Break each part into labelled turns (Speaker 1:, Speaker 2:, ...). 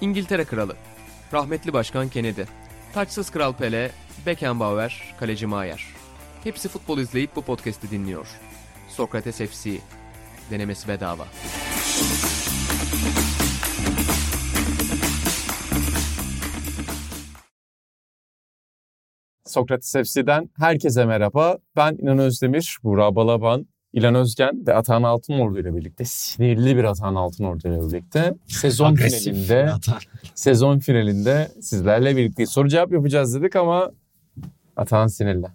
Speaker 1: İngiltere Kralı, rahmetli Başkan Kennedy, taçsız Kral Pele, Beckenbauer, Kaleci Maier. Hepsi futbol izleyip bu podcast'i dinliyor. Sokrates FC, denemesi bedava.
Speaker 2: Sokrates FC'den herkese merhaba. Ben İnan Özdemir, Burak Balaban, İlan Özgen ve Atahan Altınordu ile birlikte sinirli bir Atahan Altınordu ile birlikte sezon
Speaker 3: Agresif
Speaker 2: finalinde
Speaker 3: Atan.
Speaker 2: sezon finalinde sizlerle birlikte soru cevap yapacağız dedik ama Atahan sinirli.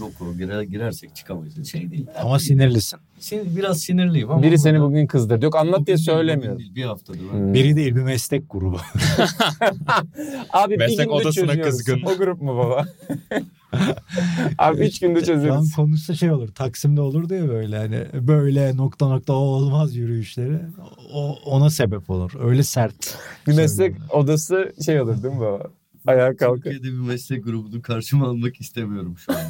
Speaker 4: Yok o girer, girersek çıkamayız. Şey değil.
Speaker 3: Ama sinirlisin.
Speaker 2: Hmm.
Speaker 4: Sin- biraz sinirliyim ama.
Speaker 2: Biri seni
Speaker 4: burada-
Speaker 2: bugün kızdırdı. Yok anlat diye
Speaker 4: Bugün değil,
Speaker 2: söylemiyorum.
Speaker 4: bugün değil, Bir haftadır. ben-
Speaker 2: Hmm.
Speaker 3: Biri değil bir meslek grubu.
Speaker 2: Abi
Speaker 3: Meslek
Speaker 2: bir günde
Speaker 3: odasına
Speaker 2: çözüyoruz.
Speaker 3: kızgın.
Speaker 2: O grup mu baba? Abi üç günde
Speaker 3: Lan
Speaker 2: çözüyoruz.
Speaker 3: konuşsa şey olur. Taksim'de olurdu ya böyle hani böyle nokta nokta o olmaz yürüyüşleri. O, ona sebep olur. Öyle sert.
Speaker 2: Bir meslek odası şey olur değil mi baba? Ayağa kalkın.
Speaker 4: Türkiye'de bir meslek grubunu karşıma almak istemiyorum şu an.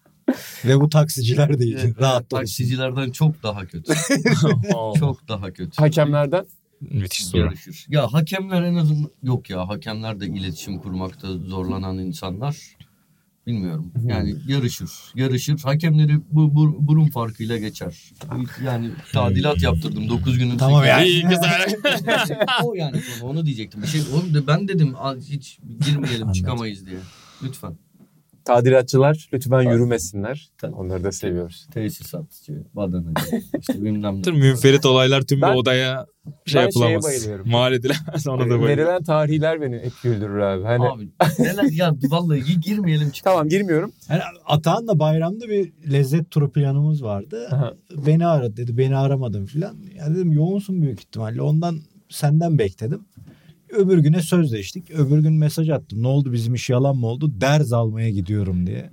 Speaker 3: Ve bu taksiciler değil.
Speaker 4: Evet,
Speaker 3: Rahat da olsun.
Speaker 4: Taksicilerden çok daha kötü. çok daha kötü.
Speaker 2: Hakemlerden
Speaker 3: Müthiş
Speaker 4: Yarışır. Ya hakemler en azından yok ya hakemler de iletişim kurmakta zorlanan insanlar. Bilmiyorum. Yani yarışır. Yarışır. Hakemleri bu, bu burun farkıyla geçer. Yani tadilat yaptırdım 9 günün.
Speaker 3: Tamam
Speaker 4: sekiz-
Speaker 3: ya.
Speaker 4: o yani konu, onu diyecektim. Bir şey oğlum de ben dedim "Al, hiç girmeyelim
Speaker 3: Anladım.
Speaker 4: çıkamayız diye. Lütfen.
Speaker 2: Tadilatçılar lütfen yürümesinler. Onları da seviyoruz.
Speaker 4: Tesisatçı, badanacı, işte bilmem
Speaker 5: Tüm münferit olaylar tüm
Speaker 2: Ben-
Speaker 5: bir odaya şey
Speaker 2: ben şeye
Speaker 5: yapılamaz.
Speaker 2: bayılıyorum.
Speaker 5: Mal edilemez ona da bayılıyorum.
Speaker 2: Verilen tarihler beni hep güldürür abi. Hani
Speaker 4: Abi neler ya vallahi gi- girmeyelim çıkamayız.
Speaker 2: tamam girmiyorum.
Speaker 3: Yani Atahan'la bayramda bir lezzet turu planımız vardı.
Speaker 2: Aha.
Speaker 3: Beni aradı dedi. Beni aramadın filan. Ya dedim yoğunsun büyük ihtimalle. Ondan senden bekledim. Öbür güne sözleştik. Öbür gün mesaj attım. Ne oldu bizim iş yalan mı oldu? Ders almaya gidiyorum diye.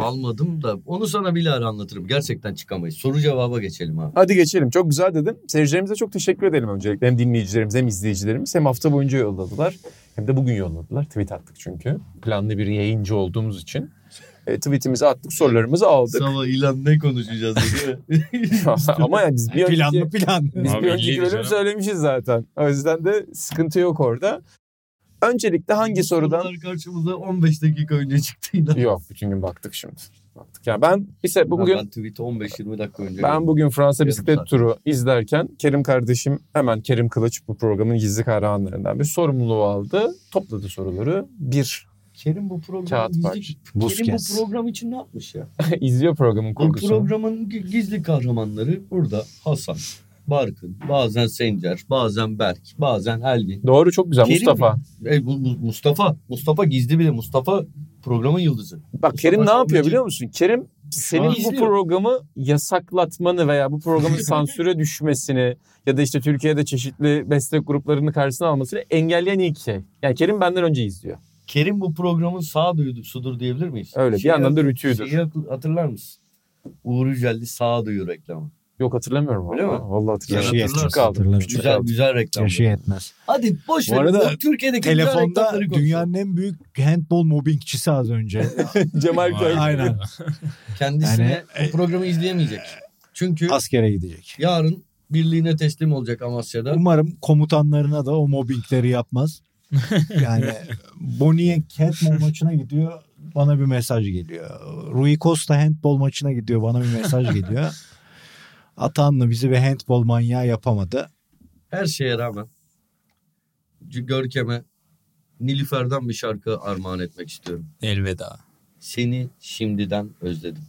Speaker 4: Almadım da onu sana bilahare anlatırım. Gerçekten çıkamayız. Soru cevaba geçelim abi.
Speaker 2: Hadi geçelim. Çok güzel dedin. Seyircilerimize çok teşekkür edelim öncelikle. Hem dinleyicilerimiz hem izleyicilerimiz hem hafta boyunca yolladılar. Hem de bugün yolladılar. Tweet attık çünkü. Planlı bir yayıncı olduğumuz için. E, tweetimizi attık, sorularımızı aldık.
Speaker 4: Sabah ilan ne konuşacağız dedi.
Speaker 2: Ama yani biz bir önceki-
Speaker 3: Planlı plan.
Speaker 2: Biz
Speaker 5: Abi
Speaker 2: bir önceki
Speaker 5: iyiydi
Speaker 2: bölüm
Speaker 5: canım.
Speaker 2: söylemişiz zaten. O yüzden de sıkıntı yok orada. Öncelikle hangi sorudan
Speaker 4: Sorular karşımıza 15 dakika önce çıktı ilan.
Speaker 2: Yok bütün gün baktık şimdi. Baktık. Ya ben ise bu- bugün
Speaker 4: Ben tweet'i 15-20 dakika önce
Speaker 2: ben bugün Fransa
Speaker 4: Yarım
Speaker 2: bisiklet
Speaker 4: saat.
Speaker 2: turu izlerken Kerim kardeşim hemen Kerim Kılıç bu programın gizli kahramanlarından bir sorumluluğu aldı. Topladı soruları. Bir
Speaker 4: Kerim bu programı
Speaker 2: Kağıt
Speaker 4: gizli-
Speaker 2: var.
Speaker 4: Kerim bu
Speaker 3: Busquets.
Speaker 4: program için ne yapmış ya?
Speaker 2: izliyor programın
Speaker 4: Bu
Speaker 2: kurgusunu.
Speaker 4: programın gi- gizli kahramanları burada Hasan, Barkın, bazen Sencer, bazen Berk, bazen Elvin.
Speaker 2: Doğru çok güzel
Speaker 4: Kerim
Speaker 2: Mustafa.
Speaker 4: E, bu, bu Mustafa, Mustafa gizli bile Mustafa programın yıldızı.
Speaker 2: Bak Kerim ne
Speaker 4: Mustafa
Speaker 2: yapıyor
Speaker 4: Çalıcı.
Speaker 2: biliyor musun? Kerim senin
Speaker 4: an
Speaker 2: bu
Speaker 4: izliyor.
Speaker 2: programı yasaklatmanı veya bu programın sansüre düşmesini ya da işte Türkiye'de çeşitli meslek gruplarını karşısına almasını engelleyen ilk şey. Yani Kerim benden önce izliyor.
Speaker 4: Kerim bu programın sağduyusudur diyebilir miyiz?
Speaker 2: Öyle bir
Speaker 4: Şeyi-
Speaker 2: yandan da rütüydür.
Speaker 4: Şeyi hatır- hatırlar mısın? Uğur Yücel'li sağduyu reklamı.
Speaker 2: Yok hatırlamıyorum.
Speaker 4: Öyle
Speaker 2: vallahi.
Speaker 4: mi?
Speaker 2: Vallahi hatırlamıyorum.
Speaker 5: Şey
Speaker 4: Yaşı
Speaker 2: Küçük
Speaker 4: yetmez,
Speaker 2: kaldım.
Speaker 3: hatırlamıyorum.
Speaker 2: Küçük
Speaker 4: Güzel
Speaker 2: kaldım.
Speaker 4: güzel reklam.
Speaker 3: Yaşı yetmez.
Speaker 4: Hadi boş
Speaker 3: Şey, Bu
Speaker 4: ver.
Speaker 3: arada
Speaker 4: Bu Türkiye'deki güzel
Speaker 3: Telefonda
Speaker 4: reklamları konuş.
Speaker 3: dünyanın en büyük handball mobbingçisi az önce.
Speaker 2: Cemal Köy.
Speaker 3: Aynen.
Speaker 4: kendisine
Speaker 3: Yani- e,
Speaker 4: bu programı izleyemeyecek. Çünkü
Speaker 3: Askere gidecek.
Speaker 4: yarın birliğine teslim olacak Amasya'da.
Speaker 3: Umarım komutanlarına da o mobbingleri yapmaz. Yani Bonnie handball maçına gidiyor bana bir mesaj geliyor. Rui Costa handball maçına gidiyor bana bir mesaj geliyor. Atanlı bizi bir handball manyağı yapamadı.
Speaker 4: Her şeye rağmen C- Görkem'e Nilüfer'den bir şarkı armağan etmek istiyorum.
Speaker 5: Elveda.
Speaker 4: Seni şimdiden özledim.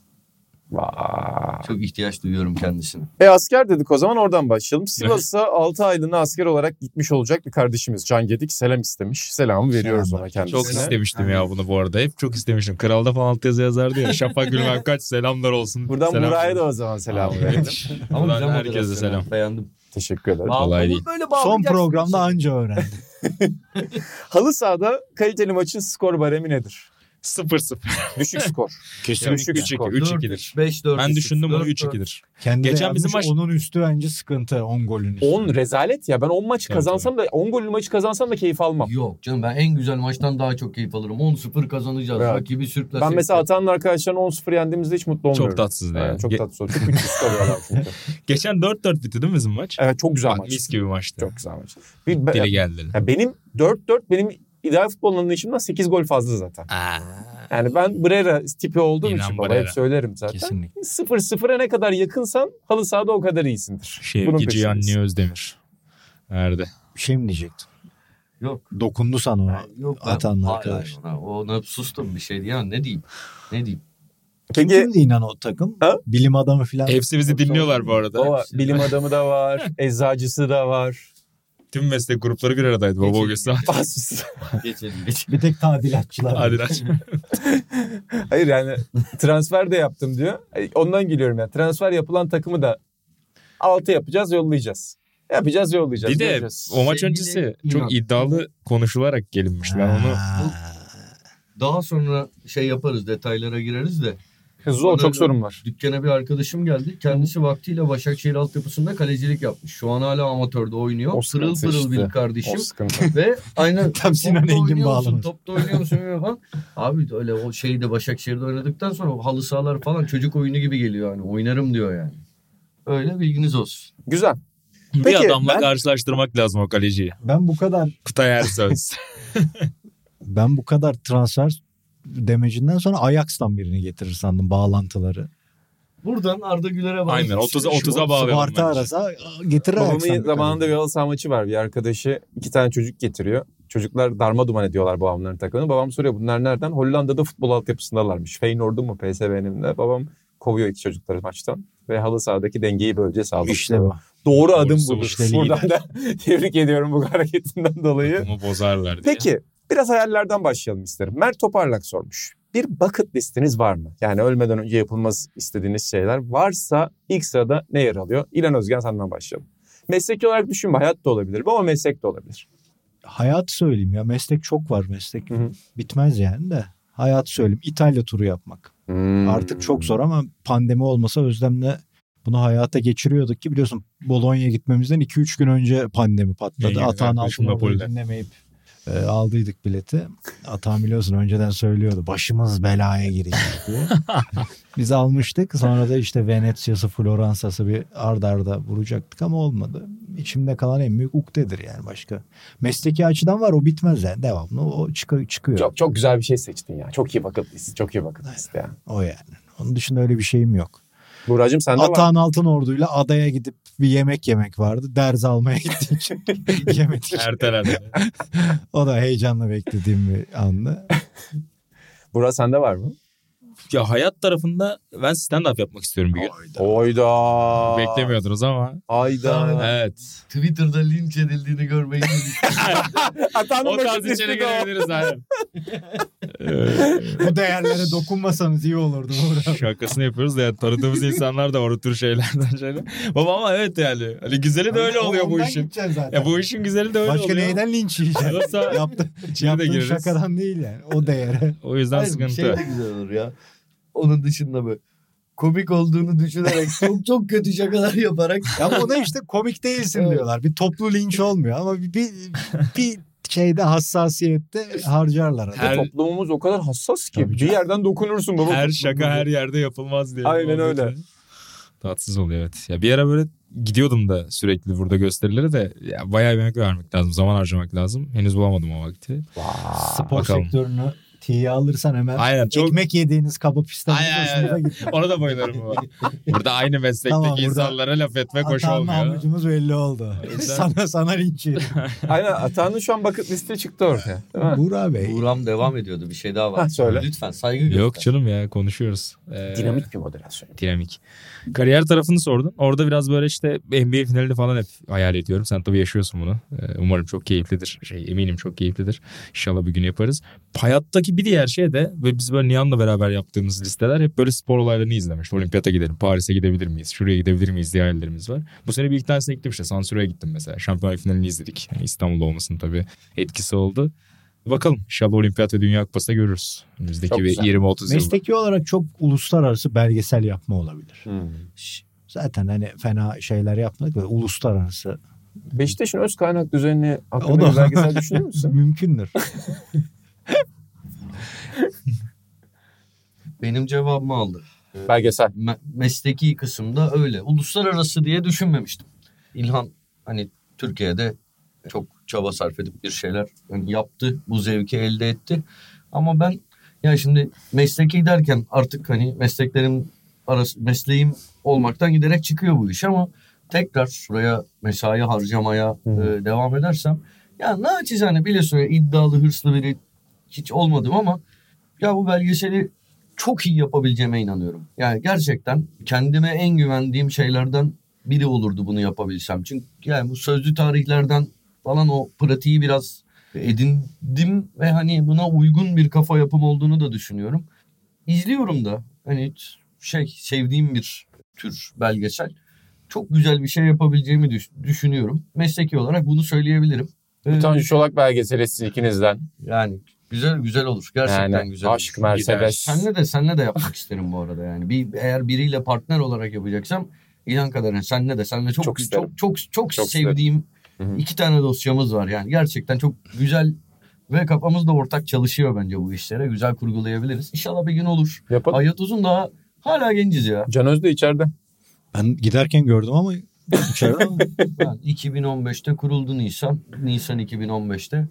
Speaker 2: Vaa.
Speaker 4: Çok ihtiyaç duyuyorum kendisine.
Speaker 2: E asker dedik o zaman oradan başlayalım. Sivas'a 6 aylığına asker olarak gitmiş olacak bir kardeşimiz Can Gedik selam istemiş. Selamı veriyoruz
Speaker 3: Selamlar.
Speaker 2: ona kendisine.
Speaker 5: Çok istemiştim ya bunu bu arada. Hep çok istemiştim. Kralda falan alt yazı yazardı ya. Şafak Gülmen kaç selamlar olsun.
Speaker 2: Buradan
Speaker 5: Selam.
Speaker 2: Buraya da o zaman selamı verelim.
Speaker 5: Evet.
Speaker 4: Ama
Speaker 5: Buradan
Speaker 4: güzel
Speaker 5: herkese
Speaker 4: moderasyon.
Speaker 5: selam.
Speaker 4: Beğendim.
Speaker 2: Teşekkür ederim.
Speaker 5: Vallahi
Speaker 4: Bağlı-
Speaker 5: değil.
Speaker 4: Böyle
Speaker 3: Son
Speaker 4: bağlayacaksın
Speaker 3: programda
Speaker 4: işte.
Speaker 3: anca öğrendi.
Speaker 2: Halı sahada kaliteli maçın skor baremi nedir?
Speaker 5: 0-0.
Speaker 2: Düşük skor.
Speaker 5: Kesinlikle.
Speaker 2: Düşük
Speaker 5: 3-2.
Speaker 2: skor.
Speaker 5: 3-2'dir.
Speaker 4: 5 4
Speaker 5: Ben düşündüm bunu 3-2'dir.
Speaker 3: Kendi
Speaker 5: Geçen
Speaker 3: Geçen
Speaker 5: bizim
Speaker 3: bizim
Speaker 5: maç-
Speaker 3: onun üstü bence sıkıntı 10 golün üstü.
Speaker 2: 10 rezalet ya. Ben 10 maç
Speaker 5: Evet,
Speaker 2: kazansam da 10 gollü maçı kazansam da keyif almam.
Speaker 4: Yok canım ben en güzel maçtan daha çok keyif alırım. 10-0 kazanacağız.
Speaker 2: Evet.
Speaker 4: Rakibi sürklesek.
Speaker 2: Ben mesela Atan'ın arkadaşlarına 10-0 yendiğimizde hiç mutlu olmuyorum.
Speaker 5: Çok tatsız
Speaker 2: Aynen,
Speaker 5: yani.
Speaker 2: Çok
Speaker 5: Ge-
Speaker 2: tatsız. oldu. Çok güçlü skor ya çünkü.
Speaker 5: Geçen 4-4 bitti değil mi bizim maç?
Speaker 2: Evet çok güzel
Speaker 5: Bak,
Speaker 2: maç.
Speaker 5: mis gibi maçtı.
Speaker 2: Çok güzel maç. Bir, be-
Speaker 5: Dili geldi.
Speaker 2: ya benim 4-4 benim ideal futbol anlayışımdan 8 gol fazla zaten.
Speaker 5: Aa,
Speaker 2: Yani ben Brera tipi olduğum
Speaker 5: İnan
Speaker 2: için baba
Speaker 5: Brera.
Speaker 2: hep söylerim zaten.
Speaker 5: kesinlikle.
Speaker 2: 0-0'a ne kadar yakınsan halı sahada o kadar iyisindir. Bunun
Speaker 5: Şevki
Speaker 2: peşindeyiz.
Speaker 5: Cihanni Özdemir. Nerede?
Speaker 3: Bir şey mi diyecektim?
Speaker 4: Yok.
Speaker 3: Dokundu sana o.
Speaker 4: Yok
Speaker 3: Atanın
Speaker 4: Hayır,
Speaker 3: arkadaşı.
Speaker 4: hayır, Ona sustum bir şey ya ne diyeyim. Ne diyeyim.
Speaker 3: Kim
Speaker 2: Peki-
Speaker 3: kimdi inan o takım?
Speaker 2: Ha?
Speaker 3: Bilim adamı filan.
Speaker 5: Hepsi bizi dinliyorlar bu arada.
Speaker 2: Baba, bilim adamı da var, eczacısı da var.
Speaker 5: Tüm meslek grupları bir aradaydı. Baba o gün saat.
Speaker 2: Basmışsın.
Speaker 4: Geçelim geçelim.
Speaker 3: Bir tek tadilatçılar. var.
Speaker 5: Hadi lan.
Speaker 2: Hayır yani transfer de yaptım diyor. Ay, Ondan geliyorum yani. Transfer yapılan takımı da altı yapacağız, yollayacağız. Yapacağız, yollayacağız.
Speaker 5: Bir de
Speaker 2: göreceğiz.
Speaker 5: o maç
Speaker 4: Sevgili
Speaker 5: öncesi
Speaker 4: İnan.
Speaker 5: çok iddialı konuşularak gelinmişti. Ben onu
Speaker 4: Daha sonra şey yaparız detaylara gireriz de.
Speaker 2: Hızlı ol, çok sorun var.
Speaker 4: Dükkana bir arkadaşım geldi. Kendisi vaktiyle Başakşehir altyapısında kalecilik yapmış. Şu an hala amatörde oynuyor.
Speaker 2: O
Speaker 4: pırıl
Speaker 2: sıkıntı
Speaker 4: pırıl
Speaker 2: işte.
Speaker 4: bir kardeşim.
Speaker 2: O sıkıntı.
Speaker 4: Ve aynı
Speaker 3: Tam Sinan
Speaker 4: topta
Speaker 3: Engin
Speaker 4: oynuyor musun,
Speaker 3: bağlaması.
Speaker 4: Topta oynuyor musun öyle falan. Abi öyle o şeyde Başakşehir'de oynadıktan sonra halı sahalar falan çocuk oyunu gibi geliyor yani. Oynarım diyor yani. Öyle bilginiz olsun.
Speaker 2: Güzel.
Speaker 5: bir
Speaker 2: Peki,
Speaker 5: adamla
Speaker 2: ben-
Speaker 5: karşılaştırmak lazım o kaleciyi.
Speaker 3: Ben bu kadar
Speaker 5: Kutay Ersöz.
Speaker 3: ben bu kadar transfer demecinden sonra Ajax'tan birini getirir sandım bağlantıları.
Speaker 4: Buradan Arda Güler'e bak.
Speaker 5: Aynen 30'a 30'a bağlayalım.
Speaker 3: Sparta
Speaker 5: bence.
Speaker 3: arasa getirir
Speaker 2: Babamın
Speaker 3: Ajax'tan. bir
Speaker 2: zamanında bir
Speaker 3: kadın.
Speaker 2: halı saha maçı var. Bir arkadaşı iki tane çocuk getiriyor. Çocuklar darma duman ediyorlar babamların takımını. Babam soruyor bunlar nereden? Hollanda'da futbol altyapısındalarmış. Feyenoord'un mu PSV'nin de. Babam kovuyor iki çocukları maçtan. Ve halı sahadaki dengeyi böylece sağlıyor.
Speaker 3: İşte bu.
Speaker 2: Doğru
Speaker 5: Doğrusu
Speaker 2: adım
Speaker 5: bu.
Speaker 2: budur.
Speaker 3: İşte
Speaker 2: Buradan da tebrik ediyorum bu hareketinden dolayı.
Speaker 5: Takımı bozarlar diye.
Speaker 2: Peki biraz hayallerden başlayalım isterim. Mert Toparlak sormuş. Bir bucket listiniz var mı? Yani ölmeden önce yapılması istediğiniz şeyler varsa ilk sırada ne yer alıyor? İlan Özgen senden başlayalım. Mesleki olarak düşünme hayat da olabilir bu ama meslek de olabilir.
Speaker 3: Hayat söyleyeyim ya meslek çok var meslek.
Speaker 2: Hı hı.
Speaker 3: Bitmez yani de. Hayat söyleyeyim İtalya turu yapmak.
Speaker 5: Hmm.
Speaker 2: Hmm.
Speaker 3: Artık çok zor ama pandemi olmasa Özlem'le bunu hayata geçiriyorduk ki biliyorsun Bologna'ya gitmemizden 2-3 gün önce pandemi
Speaker 5: En
Speaker 3: patladı.
Speaker 5: yakın
Speaker 3: Atağın
Speaker 5: arkadaşım
Speaker 3: altını
Speaker 5: Napoli'de.
Speaker 3: dinlemeyip e, aldıydık bileti. Atağın biliyorsun önceden söylüyordu başımız belaya girecek diye. Biz almıştık sonra da işte Venetsia'sı Floransa'sı bir ard arda vuracaktık ama olmadı. İçimde kalan en büyük ukdedir yani başka. Mesleki açıdan var o bitmez yani devamlı o çıkıyor. çıkıyor.
Speaker 2: Çok, çok güzel bir şey seçtin ya. Çok iyi bucket list. Çok iyi bucket list ya.
Speaker 3: O yani. Onun dışında öyle bir şeyim yok.
Speaker 2: Buracığım sende var.
Speaker 3: Atağın Altın Ordu'yla adaya gidip bir yemek yemek vardı. Derz almaya gittik. Yemedik.
Speaker 5: Ertelerde.
Speaker 3: O da heyecanla beklediğim bir andı.
Speaker 2: Burak sende var mı?
Speaker 5: ya hayat tarafında ben stand-up yapmak istiyorum bir gün.
Speaker 2: Oyda.
Speaker 5: Beklemiyordunuz ama.
Speaker 2: Ayda.
Speaker 5: Evet.
Speaker 4: Twitter'da linç edildiğini görmeyi
Speaker 2: Atanın
Speaker 5: O
Speaker 2: bucket
Speaker 5: tarz
Speaker 2: listi
Speaker 5: içeri
Speaker 2: de o.
Speaker 5: girebiliriz aynen.
Speaker 3: Bu değerlere dokunmasanız iyi olurdu burada.
Speaker 5: Şakasını yapıyoruz da yani tanıdığımız insanlar da var o tür şeylerden şeyler. Baba ama evet yani. Hani güzeli de öyle oluyor bu işin.
Speaker 3: Zaten.
Speaker 5: Ya bu işin güzeli de öyle
Speaker 3: Başka
Speaker 5: oluyor.
Speaker 3: neyden linç yiyeceksin?
Speaker 5: Yoksa
Speaker 3: Yaptı,
Speaker 5: içine de
Speaker 3: yaptığın
Speaker 5: gireriz.
Speaker 3: şakadan değil yani. O değere.
Speaker 5: O yüzden
Speaker 4: Hayır,
Speaker 5: sıkıntı.
Speaker 4: Şey de güzel olur ya. Onun dışında böyle komik olduğunu düşünerek çok çok kötü şakalar yaparak
Speaker 3: Ya ona işte komik değilsin
Speaker 4: Evet.
Speaker 3: diyorlar. Bir toplu linç olmuyor ama bir, bir, bir şeyde hassasiyette harcarlar. adamı.
Speaker 5: Her-
Speaker 2: Toplumumuz o kadar hassas ki
Speaker 3: Tabii
Speaker 2: bir yerden dokunursun baba.
Speaker 5: her şaka her yerde yapılmaz diye.
Speaker 2: Aynen
Speaker 5: Muhabbeti.
Speaker 2: öyle.
Speaker 5: Tatsız oluyor evet. Ya bir ara böyle gidiyordum da sürekli burada gösterilere de ya bayağı emek vermek lazım. Zaman harcamak lazım. Henüz bulamadım o vakti.
Speaker 3: Spor
Speaker 5: Bakalım.
Speaker 3: sektörünü tiye alırsan hemen
Speaker 5: Aynen çok
Speaker 3: Ekmek yediğiniz kabı pistan
Speaker 5: Ay, ay, ay, ay. ona da bayılırım. bu arada. burada aynı meslekteki
Speaker 3: Tamam, burada-
Speaker 5: insanlara laf etmek hoş
Speaker 3: Hatanın
Speaker 5: olmuyor.
Speaker 3: amacımız belli oldu.
Speaker 5: Güzel.
Speaker 3: sana sana linç yedim.
Speaker 2: Aynen Atanın şu an bucket listi çıktı ortaya. Değil mi?
Speaker 3: Buğra Bey.
Speaker 4: Buğram devam ediyordu. Bir şey daha var.
Speaker 2: Ha, söyle.
Speaker 4: Lütfen saygı göster.
Speaker 5: Yok canım ya konuşuyoruz. Ee,
Speaker 2: Dinamik bir moderasyon.
Speaker 5: dinamik. Kariyer tarafını sordun. Orada biraz böyle işte NBA finali falan hep hayal ediyorum. Sen tabii yaşıyorsun bunu. Ee, Umarım çok keyiflidir. Şey eminim çok keyiflidir. İnşallah bir gün yaparız. Hayattaki bir diğer şey de ve biz böyle Nihan'la beraber yaptığımız listeler hep böyle spor olaylarını izlemiş. Olimpiyata gidelim, Paris'e gidebilir miyiz, şuraya gidebilir miyiz diye hayallerimiz var. Bu sene bir iki tanesine gittim işte. Sansür'e gittim mesela. Şampiyonlar finalini izledik. Yani İstanbul'da olmasının tabii etkisi oldu. Bakalım inşallah olimpiyat ve dünya kupasında görürüz. Önümüzdeki
Speaker 2: Çok
Speaker 5: bir
Speaker 2: güzel.
Speaker 5: 20-30 yıl.
Speaker 3: Mesleki olarak çok uluslararası belgesel yapma olabilir.
Speaker 4: Hmm.
Speaker 3: Zaten hani fena şeyler yapmadık ve uluslararası.
Speaker 2: Beşiktaş'ın öz kaynak düzenini
Speaker 3: O da-
Speaker 2: hakkında bir belgesel düşünür müsün?
Speaker 3: Mümkündür.
Speaker 4: Benim cevabımı aldı.
Speaker 2: belgesel.
Speaker 4: Me- mesleki kısımda öyle. Uluslararası diye düşünmemiştim. İlhan hani Türkiye'de çok çaba sarf edip bir şeyler yani yaptı. Bu zevki elde etti. Ama ben ya şimdi mesleki derken artık hani mesleklerim arası mesleğim olmaktan giderek çıkıyor bu iş ama tekrar buraya mesai harcamaya
Speaker 2: Hı.
Speaker 4: e, devam edersem ya naçizane bilesine iddialı hırslı biri hiç olmadım ama ya bu belgeseli çok iyi yapabileceğime inanıyorum. Yani gerçekten kendime en güvendiğim şeylerden biri olurdu bunu yapabilsem. Çünkü yani bu sözlü tarihlerden falan o pratiği biraz edindim ve hani buna uygun bir kafa yapım olduğunu da düşünüyorum. İzliyorum da hani şey sevdiğim bir tür belgesel. Çok güzel bir şey yapabileceğimi düş- düşünüyorum. Mesleki olarak bunu söyleyebilirim. Ee,
Speaker 2: Tanju Çolak belgeseli siz ikinizden.
Speaker 4: yani güzel güzel olur. Gerçekten
Speaker 2: Yani
Speaker 4: güzel. olur.
Speaker 2: aşk, Mercedes.
Speaker 4: Senle de senle de yapmak isterim bu arada yani. Bir eğer biriyle partner olarak yapacaksam inan kadarına senle de senle
Speaker 2: Çok
Speaker 4: çok çok
Speaker 2: isterim.
Speaker 4: çok çok,
Speaker 2: Çok isterim.
Speaker 4: sevdiğim
Speaker 2: Hı hı.
Speaker 4: iki tane dosyamız var yani. Gerçekten çok güzel ve kafamız da ortak çalışıyor bence bu işlere. Güzel kurgulayabiliriz. İnşallah bir gün olur.
Speaker 2: Yapalım.
Speaker 4: Hayat uzun daha hala genciz ya.
Speaker 2: Can Öz de içeride.
Speaker 3: Ben giderken gördüm ama
Speaker 2: Şey
Speaker 3: içeride ama
Speaker 4: Ben 2015'te kuruldu Nisan. Nisan 2015'te.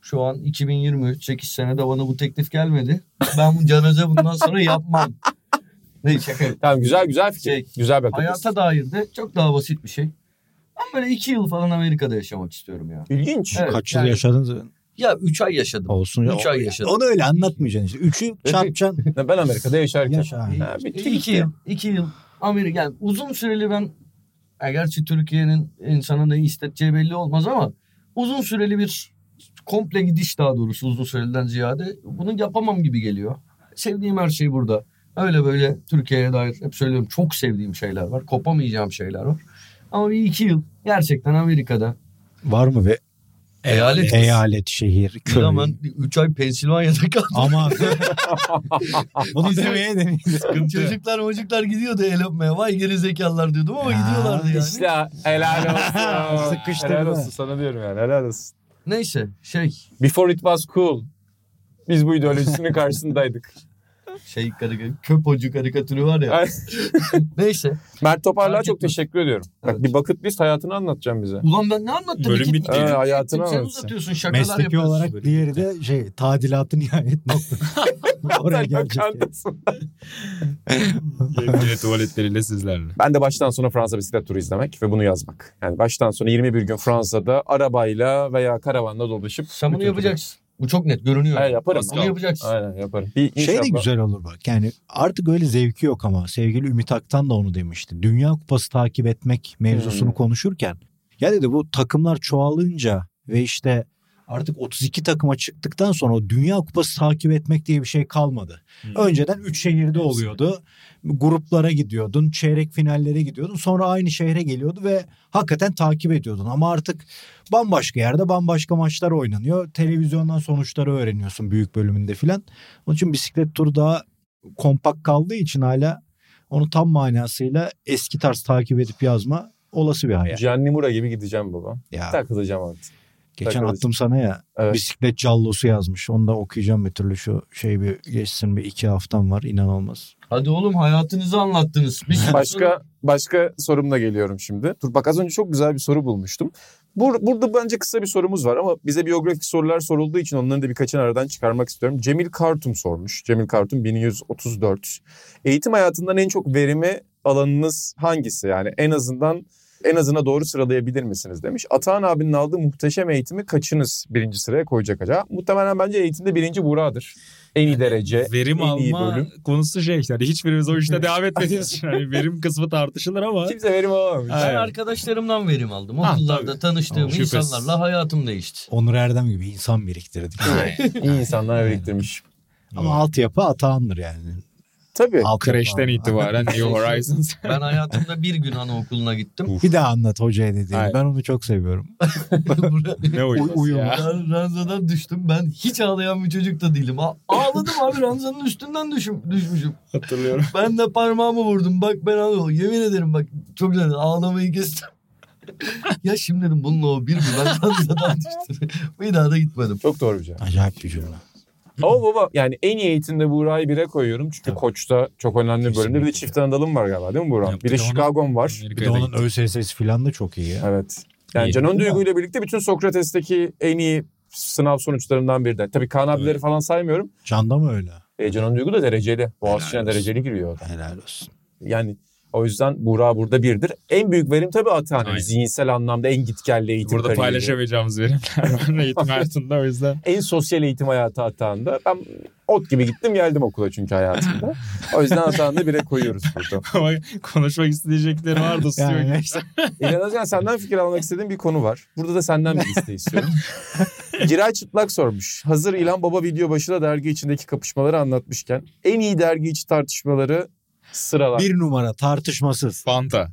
Speaker 4: Şu an 2023. 8 senede bana bu teklif gelmedi. Ben bu canaze bundan sonra yapmam. Ne şaka.
Speaker 2: Tamam güzel güzel fikir.
Speaker 4: Şey,
Speaker 2: güzel bir akıl.
Speaker 4: Hayata dair de çok daha basit bir şey. Ben böyle 2 yıl falan Amerika'da yaşamak istiyorum ya.
Speaker 2: İlginç.
Speaker 4: Evet,
Speaker 3: kaç yıl
Speaker 4: yani-
Speaker 3: yaşadınız?
Speaker 4: Ya 3 ay yaşadım.
Speaker 3: Olsun. ya.
Speaker 4: Üç ay yaşadım.
Speaker 3: Onu öyle anlatmayacaksın işte. Üçü çarpacaksın.
Speaker 2: Ben Amerika'da yaşarken.
Speaker 3: Yaşa. abi.
Speaker 2: Ha, bitti gitti.
Speaker 4: 2 yıl. 2 yıl Amerika. Yani uzun süreli ben ya gerçi Türkiye'nin insanın neyi hissedeceği belli olmaz ama uzun süreli bir komple gidiş daha doğrusu uzun süreliden ziyade bunu yapamam gibi geliyor. Sevdiğim her şey burada. Öyle böyle Türkiye'ye dair hep söylüyorum çok sevdiğim şeyler var. Kopamayacağım şeyler var. Ama bir iki yıl gerçekten Amerika'da.
Speaker 3: Var mı ve
Speaker 4: Eyalet.
Speaker 3: eyalet, şehir, köy.
Speaker 4: Zaman 3 ay Pensilvanya'da kaldım.
Speaker 3: Ama bunu demeye deneyiz.
Speaker 4: Çocuklar çocuklar gidiyordu el öpmeye. Vay geri zekalılar diyordum ama
Speaker 3: Ya,
Speaker 4: gidiyorlardı yani.
Speaker 2: İşte helal olsun.
Speaker 3: Sıkıştırdı.
Speaker 2: Helal olsun sana diyorum yani helal olsun.
Speaker 4: Neyse şey
Speaker 2: Before it was cool. Biz bu ideolojisinin karşısındaydık.
Speaker 4: şey karik köpocu karikatürü var ya.
Speaker 2: Ay.
Speaker 4: Neyse.
Speaker 2: Mert Toparlığa
Speaker 4: Fark
Speaker 2: çok
Speaker 4: etmez.
Speaker 2: teşekkür ediyorum. Bak
Speaker 4: Evet.
Speaker 2: bir bucket list hayatını anlatacağım bize.
Speaker 4: Ulan ben ne anlattım?
Speaker 5: Bölüm
Speaker 4: İki-
Speaker 5: bitti.
Speaker 4: iki-
Speaker 2: Evet, hayatını
Speaker 4: Sen
Speaker 2: anlatsın.
Speaker 4: uzatıyorsun şakalar
Speaker 3: Mesleki
Speaker 4: yapıyorsun.
Speaker 3: olarak diğeri de şey tadilatın nihayet noktası. Oraya gelecek.
Speaker 5: Yine tuvaletleriyle sizlerle.
Speaker 2: Ben de baştan sona Fransa bisiklet turu izlemek ve bunu yazmak. Yani baştan sona 21 gün Fransa'da arabayla veya karavanla dolaşıp.
Speaker 4: Sen bunu
Speaker 2: bütün turu-
Speaker 4: yapacaksın. Bu çok net görünüyor.
Speaker 2: He, yaparım.
Speaker 4: Bunu yapacaksın.
Speaker 2: Aynen yaparım. Bir
Speaker 3: Şey de
Speaker 2: inşallah-
Speaker 3: güzel olur bak. Yani artık öyle zevki yok ama sevgili Ümit Aktan da onu demişti. Dünya Kupası takip etmek mevzusunu
Speaker 2: Hmm.
Speaker 3: konuşurken ya dedi bu takımlar çoğalınca ve işte artık 32 takıma çıktıktan sonra o Dünya Kupası takip etmek diye bir şey kalmadı. Önceden 3 şehirde oluyordu. Gruplara gidiyordun, çeyrek finallere gidiyordun. Sonra aynı şehre geliyordu ve hakikaten takip ediyordun. Ama artık bambaşka yerde bambaşka maçlar oynanıyor. Televizyondan sonuçları öğreniyorsun büyük bölümünde filan. Onun için bisiklet turu daha kompakt kaldığı için hala onu tam manasıyla eski tarz takip edip yazma olası bir hayal.
Speaker 2: Gianni Mura gibi gideceğim baba.
Speaker 3: Ya,
Speaker 2: Takılacağım artık.
Speaker 3: geçen
Speaker 2: takılırız.
Speaker 3: attım sana ya
Speaker 2: Evet.
Speaker 3: bisiklet callosu yazmış. Onu da okuyacağım bir türlü şu şey bir geçsin bir iki haftam var inanılmaz.
Speaker 4: Hadi oğlum hayatınızı anlattınız. Bir sürü
Speaker 2: Başka başka sorumla geliyorum şimdi. Dur bak az önce çok güzel bir soru bulmuştum. Bur- burada bence kısa bir sorumuz var ama bize biyografik sorular sorulduğu için onların da birkaçını aradan çıkarmak istiyorum. Cemil Kartum sormuş. Cemil Kartum 1134. Eğitim hayatından en çok verimi alanınız hangisi? Yani en azından en azına doğru sıralayabilir misiniz demiş. Atahan abinin aldığı muhteşem eğitimi kaçınız birinci sıraya koyacak acaba? Muhtemelen bence eğitimde birinci Buğra'dır. En iyi derece,
Speaker 5: Verim
Speaker 2: E, en iyi
Speaker 5: alma
Speaker 2: bölüm.
Speaker 5: konusu şey yani hiçbirimiz o işte devam etmediğimiz için hani verim kısmı tartışılır ama
Speaker 2: Kimse verim alamamış.
Speaker 4: Ben
Speaker 5: Aynen.
Speaker 4: arkadaşlarımdan verim aldım.
Speaker 5: Ha,
Speaker 4: Okullarda tanıştığım
Speaker 5: Şüphesiz.
Speaker 4: insanlarla hayatım değişti.
Speaker 3: Onur Erdem gibi insan biriktirdik.
Speaker 2: İyi insanlar biriktirmiş.
Speaker 3: Ama altyapı atağındır yani.
Speaker 2: Tabii.
Speaker 3: Alt
Speaker 5: Crash'ten
Speaker 3: yapı.
Speaker 5: itibaren New Horizons.
Speaker 4: Ben hayatımda bir gün anaokuluna gittim.
Speaker 3: Bir daha anlat hocaya dediğini.
Speaker 5: Hayır.
Speaker 3: Ben onu çok seviyorum.
Speaker 5: ne uyuması
Speaker 3: uyumu.
Speaker 5: ya.
Speaker 4: Ben ranzadan düştüm. Ben hiç ağlayan bir çocuk da değilim. A- Ağladım abi ranzanın üstünden düşüm, düşmüşüm.
Speaker 5: Hatırlıyorum.
Speaker 4: Ben de parmağımı vurdum. Bak ben ağlıyorum. Yemin ederim bak çok güzel ağlamayı kestim. ya şimdi dedim bununla o bir mi? Ben ranzadan düştüm. bir daha da gitmedim.
Speaker 2: Çok doğru bir cevap.
Speaker 3: Acayip bir cümle.
Speaker 2: Ama baba yani en iyi eğitimde Buğra'yı bire koyuyorum. Çünkü Koç'ta çok önemli bir bölümde. Bir de
Speaker 5: Kesinlikle.
Speaker 2: çift Anadolu'm var galiba değil mi Buğra?
Speaker 5: Ya,
Speaker 2: bir
Speaker 5: bir
Speaker 2: de
Speaker 5: de onun-
Speaker 2: Chicago'm var.
Speaker 5: Amerika'ya
Speaker 3: Bir de
Speaker 5: da
Speaker 3: onun
Speaker 5: gittim.
Speaker 3: ÖSS falan da çok iyi ya.
Speaker 2: Evet. Yani
Speaker 5: İyi.
Speaker 2: Canan Duygu ile birlikte bütün Sokrates'teki en iyi sınav sonuçlarından biri de. Tabii Kaan abileri falan saymıyorum.
Speaker 3: Can'da mı öyle?
Speaker 2: E, Canan Duygu da dereceli. Boğaziçi'ne
Speaker 3: Helal olsun.
Speaker 2: dereceli giriyor. o da.
Speaker 3: Helal olsun.
Speaker 2: Yani o yüzden Buğra burada birdir. En büyük verim tabii Atahan.
Speaker 5: Aynen.
Speaker 2: Zihinsel anlamda en gitgelli eğitim
Speaker 5: Burada
Speaker 2: kariyeri.
Speaker 5: paylaşamayacağımız verimler var eğitim hayatında o yüzden.
Speaker 2: En sosyal eğitim hayatı Atahan'da. Ben ot gibi gittim geldim okula çünkü hayatımda. O yüzden Atahan'da bire koyuyoruz burada.
Speaker 5: Ama konuşmak isteyecekleri var da susuyor.
Speaker 3: Yani
Speaker 5: gibi.
Speaker 3: neyse.
Speaker 2: İnanılmaz yani senden fikir almak istediğim bir konu var. Burada da senden bir liste istiyorum. Giray Çıplak sormuş. Hazır İlhan Baba video başına dergi içindeki kapışmaları anlatmışken en iyi dergi içi tartışmaları sıralar.
Speaker 3: bir numara tartışmasız.
Speaker 5: Fanta.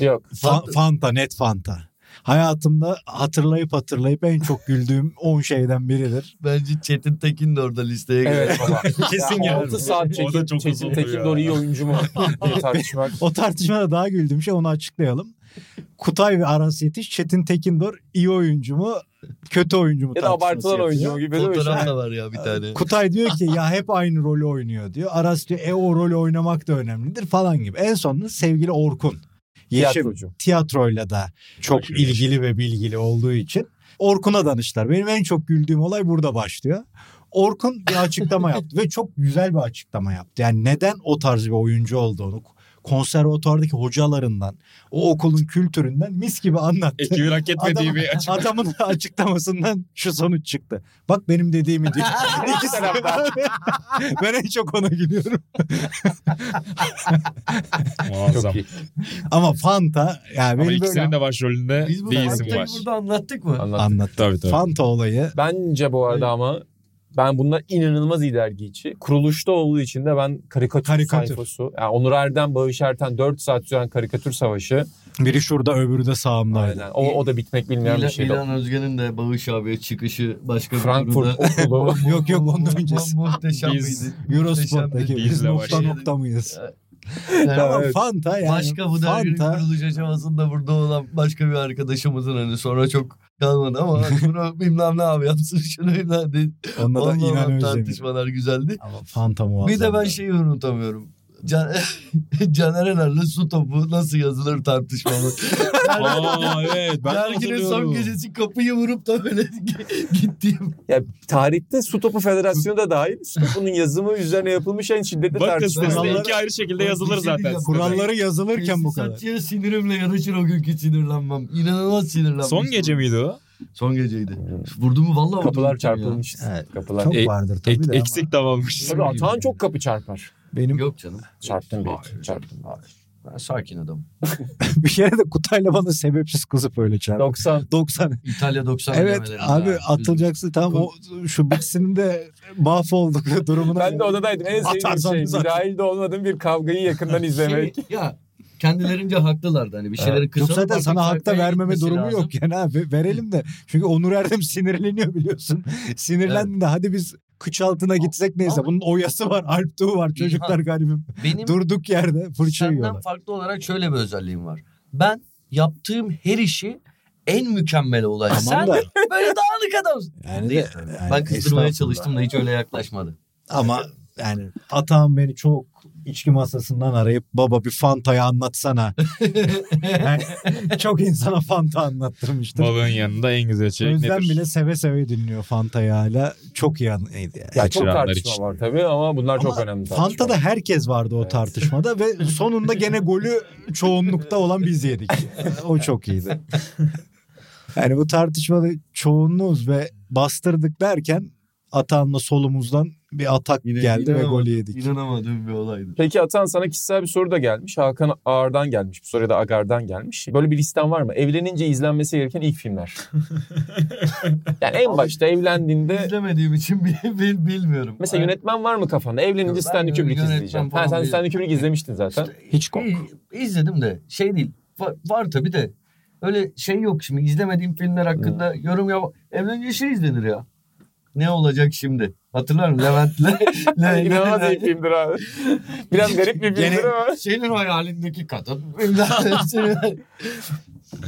Speaker 2: Yok.
Speaker 3: Fa- Fanta net Fanta. Hayatımda hatırlayıp hatırlayıp en çok güldüğüm 10 şeyden biridir.
Speaker 4: Bence Çetin Tekin de orada listeye girer.
Speaker 2: Evet baba. ya,
Speaker 5: Kesin geldi.
Speaker 2: 6 saat
Speaker 5: O da
Speaker 2: Çetin,
Speaker 5: çok
Speaker 2: Çetin
Speaker 5: uzundu
Speaker 2: Tekin
Speaker 5: ya.
Speaker 2: doğru iyi oyuncu mu diye tartışmak.
Speaker 3: O tartışmada daha güldüğüm şey onu açıklayalım. Kutay ve Aras Yetiş, Çetin Tekindor iyi oyuncu mu, kötü oyuncu mu
Speaker 2: ya da
Speaker 3: tartışması
Speaker 2: abartılan oyuncu
Speaker 3: yapıyor.
Speaker 2: mu gibi de bir şey.
Speaker 4: Fotoğraf da var ya bir tane.
Speaker 3: Kutay diyor ki ya hep aynı rolü oynuyor diyor. Aras diyor e o rolü oynamak da önemlidir falan gibi. En sonunda sevgili Orkun. Yeşim
Speaker 2: Tiyatrocu.
Speaker 3: tiyatroyla da çok
Speaker 5: Aşırı
Speaker 3: ilgili ve bilgili olduğu için Orkun'a danışlar. Benim en çok güldüğüm olay burada başlıyor. Orkun bir açıklama yaptı ve çok güzel bir açıklama yaptı. Yani neden o tarz bir oyuncu olduğunu konservatuardaki hocalarından, o okulun kültüründen mis gibi anlattı.
Speaker 5: Ekibin hak etmediği
Speaker 3: Adamın,
Speaker 5: bir açık.
Speaker 3: adamın açıklamasından şu sonuç çıktı. Bak benim dediğimi diyor. İki taraftan. ben en çok ona gülüyorum.
Speaker 5: Muazzam.
Speaker 2: iyi.
Speaker 3: Ama Fanta yani
Speaker 5: Ama
Speaker 3: benim böyle
Speaker 5: ikisinin de başrolünde
Speaker 4: Biz bu
Speaker 5: bir isim
Speaker 4: Fanta'yı
Speaker 5: var.
Speaker 4: burada anlattık mı?
Speaker 2: Anlat.
Speaker 3: anlattı.
Speaker 5: Tabii tabii.
Speaker 3: Fanta olayı
Speaker 2: Bence bu arada ama ben bunlar inanılmaz iyi dergi içi. Kuruluşta olduğu için de ben karikatür,
Speaker 3: Karikatür.
Speaker 2: sayfası. Yani Onur Erdem, Bağış Erten 4 saat süren karikatür savaşı.
Speaker 3: Biri şurada öbürü de sağımdaydı.
Speaker 2: Aynen. O, o da bitmek bilmeyen bir
Speaker 4: İlan,
Speaker 2: şey.
Speaker 4: İlan Özge'nin de Bağış abiye çıkışı başka
Speaker 2: Frankfurt
Speaker 4: bir
Speaker 2: okulu.
Speaker 3: Yok yok ondan öncesi.
Speaker 4: Muhteşem
Speaker 5: Biz-
Speaker 4: miydi?
Speaker 3: Eurosport'taki
Speaker 4: Muhteşemdi.
Speaker 3: biz
Speaker 5: Bizle
Speaker 3: nokta
Speaker 4: başladı.
Speaker 3: nokta mıyız?
Speaker 4: Yani
Speaker 3: Ama
Speaker 2: Evet.
Speaker 3: Fanta yani.
Speaker 4: başka bu derginin
Speaker 3: Fanta
Speaker 4: kuruluş aşamasında burada olan başka bir arkadaşımızın hani sonra çok kalmadı ama hani bunu bilmem ne abi yapsın şunu bilmem ne.
Speaker 3: onunla da
Speaker 4: Onunla olan
Speaker 3: inan özdemir.
Speaker 4: tartışmalar güzeldi.
Speaker 3: Ama Fanta muazzam.
Speaker 4: Bir de ben şeyi unutamıyorum. Can Caner Erer'le su topu nasıl yazılır tartışmalı.
Speaker 5: Aa evet ben de
Speaker 4: Derginin son
Speaker 5: hatırlıyorum.
Speaker 4: gecesi kapıyı vurup da böyle gittiğim
Speaker 2: Ya tarihte Su Topu Federasyonu da dahil Su Topu'nun yazımı üzerine yapılmış en şiddetli
Speaker 5: Bakın
Speaker 2: tartışma.
Speaker 5: sitesinde
Speaker 3: Kuralları-
Speaker 5: iki ayrı şekilde
Speaker 4: Bir
Speaker 5: yazılır
Speaker 4: şey
Speaker 5: zaten.
Speaker 4: diyeceğim.
Speaker 3: kuralları yazılırken bu kadar.
Speaker 4: Tesisatçıya sinirimle yaraşır o günkü sinirlenmem. İnanılmaz sinirlenmem.
Speaker 5: Son gece miydi o?
Speaker 4: Son geceydi. Vurdu mu valla vurdu.
Speaker 2: Kapılar
Speaker 4: ya.
Speaker 2: çarpılmıştı.
Speaker 3: Evet.
Speaker 2: Kapılar.
Speaker 3: Çok
Speaker 5: E-
Speaker 3: vardır tabii de ama
Speaker 5: Eksik de almış.
Speaker 2: Tabii Atahan çok kapı çarpar.
Speaker 3: benim
Speaker 4: Yok canım.
Speaker 2: Çarptın bir.
Speaker 4: Hayır.
Speaker 2: Çarptın.
Speaker 4: Ben sakin adam.
Speaker 3: bir kere de Kutay'la bana sebepsiz kızıp öyle çağırdı.
Speaker 2: 90.
Speaker 3: 90.
Speaker 4: İtalya 90
Speaker 3: Evet
Speaker 4: demeleri
Speaker 3: abi
Speaker 4: daha.
Speaker 3: atılacaksın tamam o şu bitsinin de mahvolduk durumuna.
Speaker 2: Ben de odadaydım. En sevdiğim
Speaker 3: Atarsan
Speaker 2: şey.
Speaker 3: zaten.
Speaker 2: Müdahil de olmadığım bir kavgayı yakından izlemek.
Speaker 4: Şey, ya kendilerince haklılardı hani bir şeyleri evet.
Speaker 3: Yok zaten sana hakta vermeme durumu yok yani abi. Verelim de. Çünkü Onur Erdem sinirleniyor biliyorsun. Sinirlendi de hadi biz kıç altına gitsek neyse. Bunun oyası var, Alp Tuğ var. Çocuklar garibim.
Speaker 4: Benim
Speaker 3: Durduk yerde fırça
Speaker 4: senden
Speaker 3: yiyorlar.
Speaker 4: farklı olarak şöyle bir özelliğim var. Ben yaptığım her işi en mükemmele ulaştım.
Speaker 3: Tamam
Speaker 4: Sen
Speaker 3: da
Speaker 4: böyle dağınık adamsın.
Speaker 3: yani
Speaker 4: Değil.
Speaker 3: de, yani
Speaker 4: ben kızdırmaya
Speaker 3: estağfurullah.
Speaker 4: çalıştım da hiç öyle yaklaşmadı.
Speaker 3: Ama yani atağım beni çok içki masasından arayıp baba bir Fanta'yı anlatsana. yani, çok insana Fanta anlattırmıştır.
Speaker 5: Balığın yanında en güzel şey
Speaker 3: Özlem
Speaker 5: nedir?
Speaker 3: bile seve seve dinliyor Fanta'yı hala. Çok iyi an- neydi yani.
Speaker 2: Ya çok
Speaker 5: Kaçıranlar
Speaker 2: tartışma
Speaker 5: için.
Speaker 2: var tabii ama bunlar çok
Speaker 3: Ama
Speaker 2: önemli tartışmalar.
Speaker 3: Fanta'da herkes vardı o
Speaker 2: Evet.
Speaker 3: tartışmada ve sonunda gene golü çoğunlukta olan biz yedik. O çok iyiydi. Yani bu tartışmada çoğunluğuz ve bastırdık derken Atan'la solumuzdan bir atak
Speaker 4: Yine-
Speaker 3: geldi
Speaker 4: yine
Speaker 3: ve
Speaker 4: ama-
Speaker 3: golü yedik.
Speaker 4: İnanamadığım bir olaydı.
Speaker 2: Peki Atan sana kişisel bir soru da gelmiş. Hakan Ağar'dan gelmiş. Bu soru ya da Agar'dan gelmiş. Böyle bir listen var mı? Evlenince izlenmesi gereken ilk filmler. yani en başta evlendiğinde
Speaker 4: İzlemediğim için bil- bil- bilmiyorum.
Speaker 2: Mesela yönetmen var mı kafanda?
Speaker 4: Yok,
Speaker 2: Evlenince
Speaker 4: ben
Speaker 2: Stanley
Speaker 4: yönetmen
Speaker 2: Kubrick izleyeceğim.
Speaker 4: falan
Speaker 2: Ha, sen
Speaker 4: değilim.
Speaker 2: Stanley Kubrick izlemiştin zaten.
Speaker 4: İşte,
Speaker 5: Hitchcock.
Speaker 4: i- izledim de şey değil. Var, var tabii de. Öyle şey yok şimdi izlemediğim filmler hakkında yorum ya evlenince şey izlenir ya. Ne olacak şimdi? Hatırlar mısın? Levent'le
Speaker 2: Yani
Speaker 4: Le-
Speaker 2: İnanılmaz
Speaker 4: Le-
Speaker 2: iyi filmdir abi. Biraz garip bir filmdir
Speaker 4: Gene-
Speaker 2: ama.
Speaker 4: Senin hayalindeki kadın.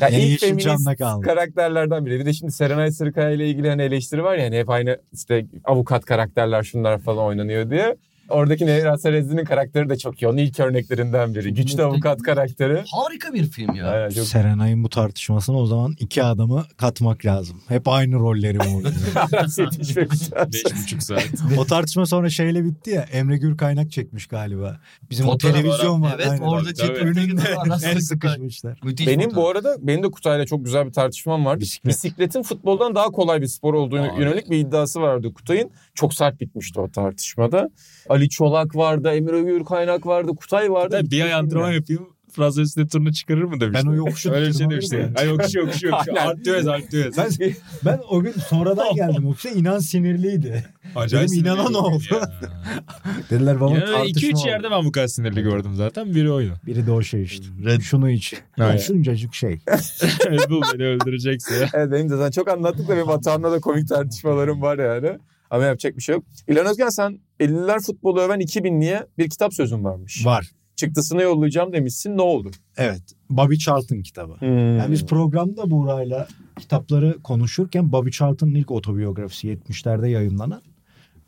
Speaker 2: Ya
Speaker 3: Yine
Speaker 2: ilk feminist
Speaker 3: Yeşilçam'da kaldı.
Speaker 2: karakterlerden biri. Bir de şimdi Serenay Sırkaya ile ilgili hani eleştiri var ya hani hep aynı işte avukat karakterler şunlar falan oynanıyor diye. Oradaki Nehra Serezli'nin karakteri de çok iyi. Onun ilk örneklerinden biri. Güçlü
Speaker 4: Muhteşem.
Speaker 2: avukat karakteri.
Speaker 4: Harika bir film ya.
Speaker 2: Aynen, çok
Speaker 3: Serenay'ın bu tartışmasına o zaman iki adamı katmak lazım. Hep aynı rolleri oynuyor.
Speaker 2: biraz yetiş ve güzel.
Speaker 5: Beş buçuk saat.
Speaker 3: o tartışma sonra şeyle bitti ya. Emre Gür kaynak çekmiş galiba. Bizim
Speaker 4: Fotoğraf
Speaker 3: o televizyon var.
Speaker 4: Evet
Speaker 3: aynen.
Speaker 4: orada
Speaker 5: Tabii.
Speaker 4: çekip
Speaker 3: önünde el
Speaker 4: sıkışmış.
Speaker 3: sıkışmışlar.
Speaker 4: Müthiş
Speaker 2: Benim
Speaker 4: fotoğraf.
Speaker 2: bu arada benim de Kutay'la çok güzel bir tartışmam var.
Speaker 3: Bisiklet.
Speaker 2: Bisikletin futboldan daha kolay bir spor olduğunu
Speaker 4: Abi.
Speaker 2: yönelik bir iddiası vardı Kutay'ın. Çok sert bitmişti o tartışmada. Ali Çolak vardı, Emre Gür Kaynak vardı, Kutay vardı.
Speaker 5: Ben bir ay antrenman yapayım. Fransa üstüne turnu çıkarır mı demiş.
Speaker 3: Ben o yokuşu
Speaker 5: Öyle bir şey
Speaker 3: tırmanırım
Speaker 5: demişti.
Speaker 3: ya.
Speaker 5: Yani. Ay yokuşu yokuşu yokuşu.
Speaker 2: Aynen.
Speaker 5: Art düğez art düğez.
Speaker 3: Ben, şey- ben o gün sonradan geldim. Yoksa inan sinirliydi.
Speaker 5: Acayip
Speaker 3: Benim inanan
Speaker 5: sinirli
Speaker 3: o
Speaker 5: bir
Speaker 3: oldu.
Speaker 5: gün ya.
Speaker 3: Dediler baba
Speaker 5: Yani
Speaker 3: tartışma
Speaker 5: öyle iki üç
Speaker 3: oldu.
Speaker 5: yerde ben bu kadar sinirli gördüm zaten. Biri oydu.
Speaker 3: Biri de o şey işte. Şunu iç.
Speaker 5: Aynen.
Speaker 3: Şuncacık şey.
Speaker 5: Red Bull beni öldürecekse ya.
Speaker 2: Evet benim de zaten çok anlattık da benim hatamda da komik tartışmalarım var yani. Ama yapacak bir şey yok. İlhan Özgen sen 50'ler futbolu öven 2000'liye bir kitap sözün varmış.
Speaker 3: Var.
Speaker 2: Çıktısını yollayacağım demişsin ne oldu?
Speaker 3: Evet. Bobby Charlton kitabı. Yani biz programda Buğra'yla kitapları konuşurken Bobby Charlton'ın ilk otobiyografisi 70'lerde yayınlanan.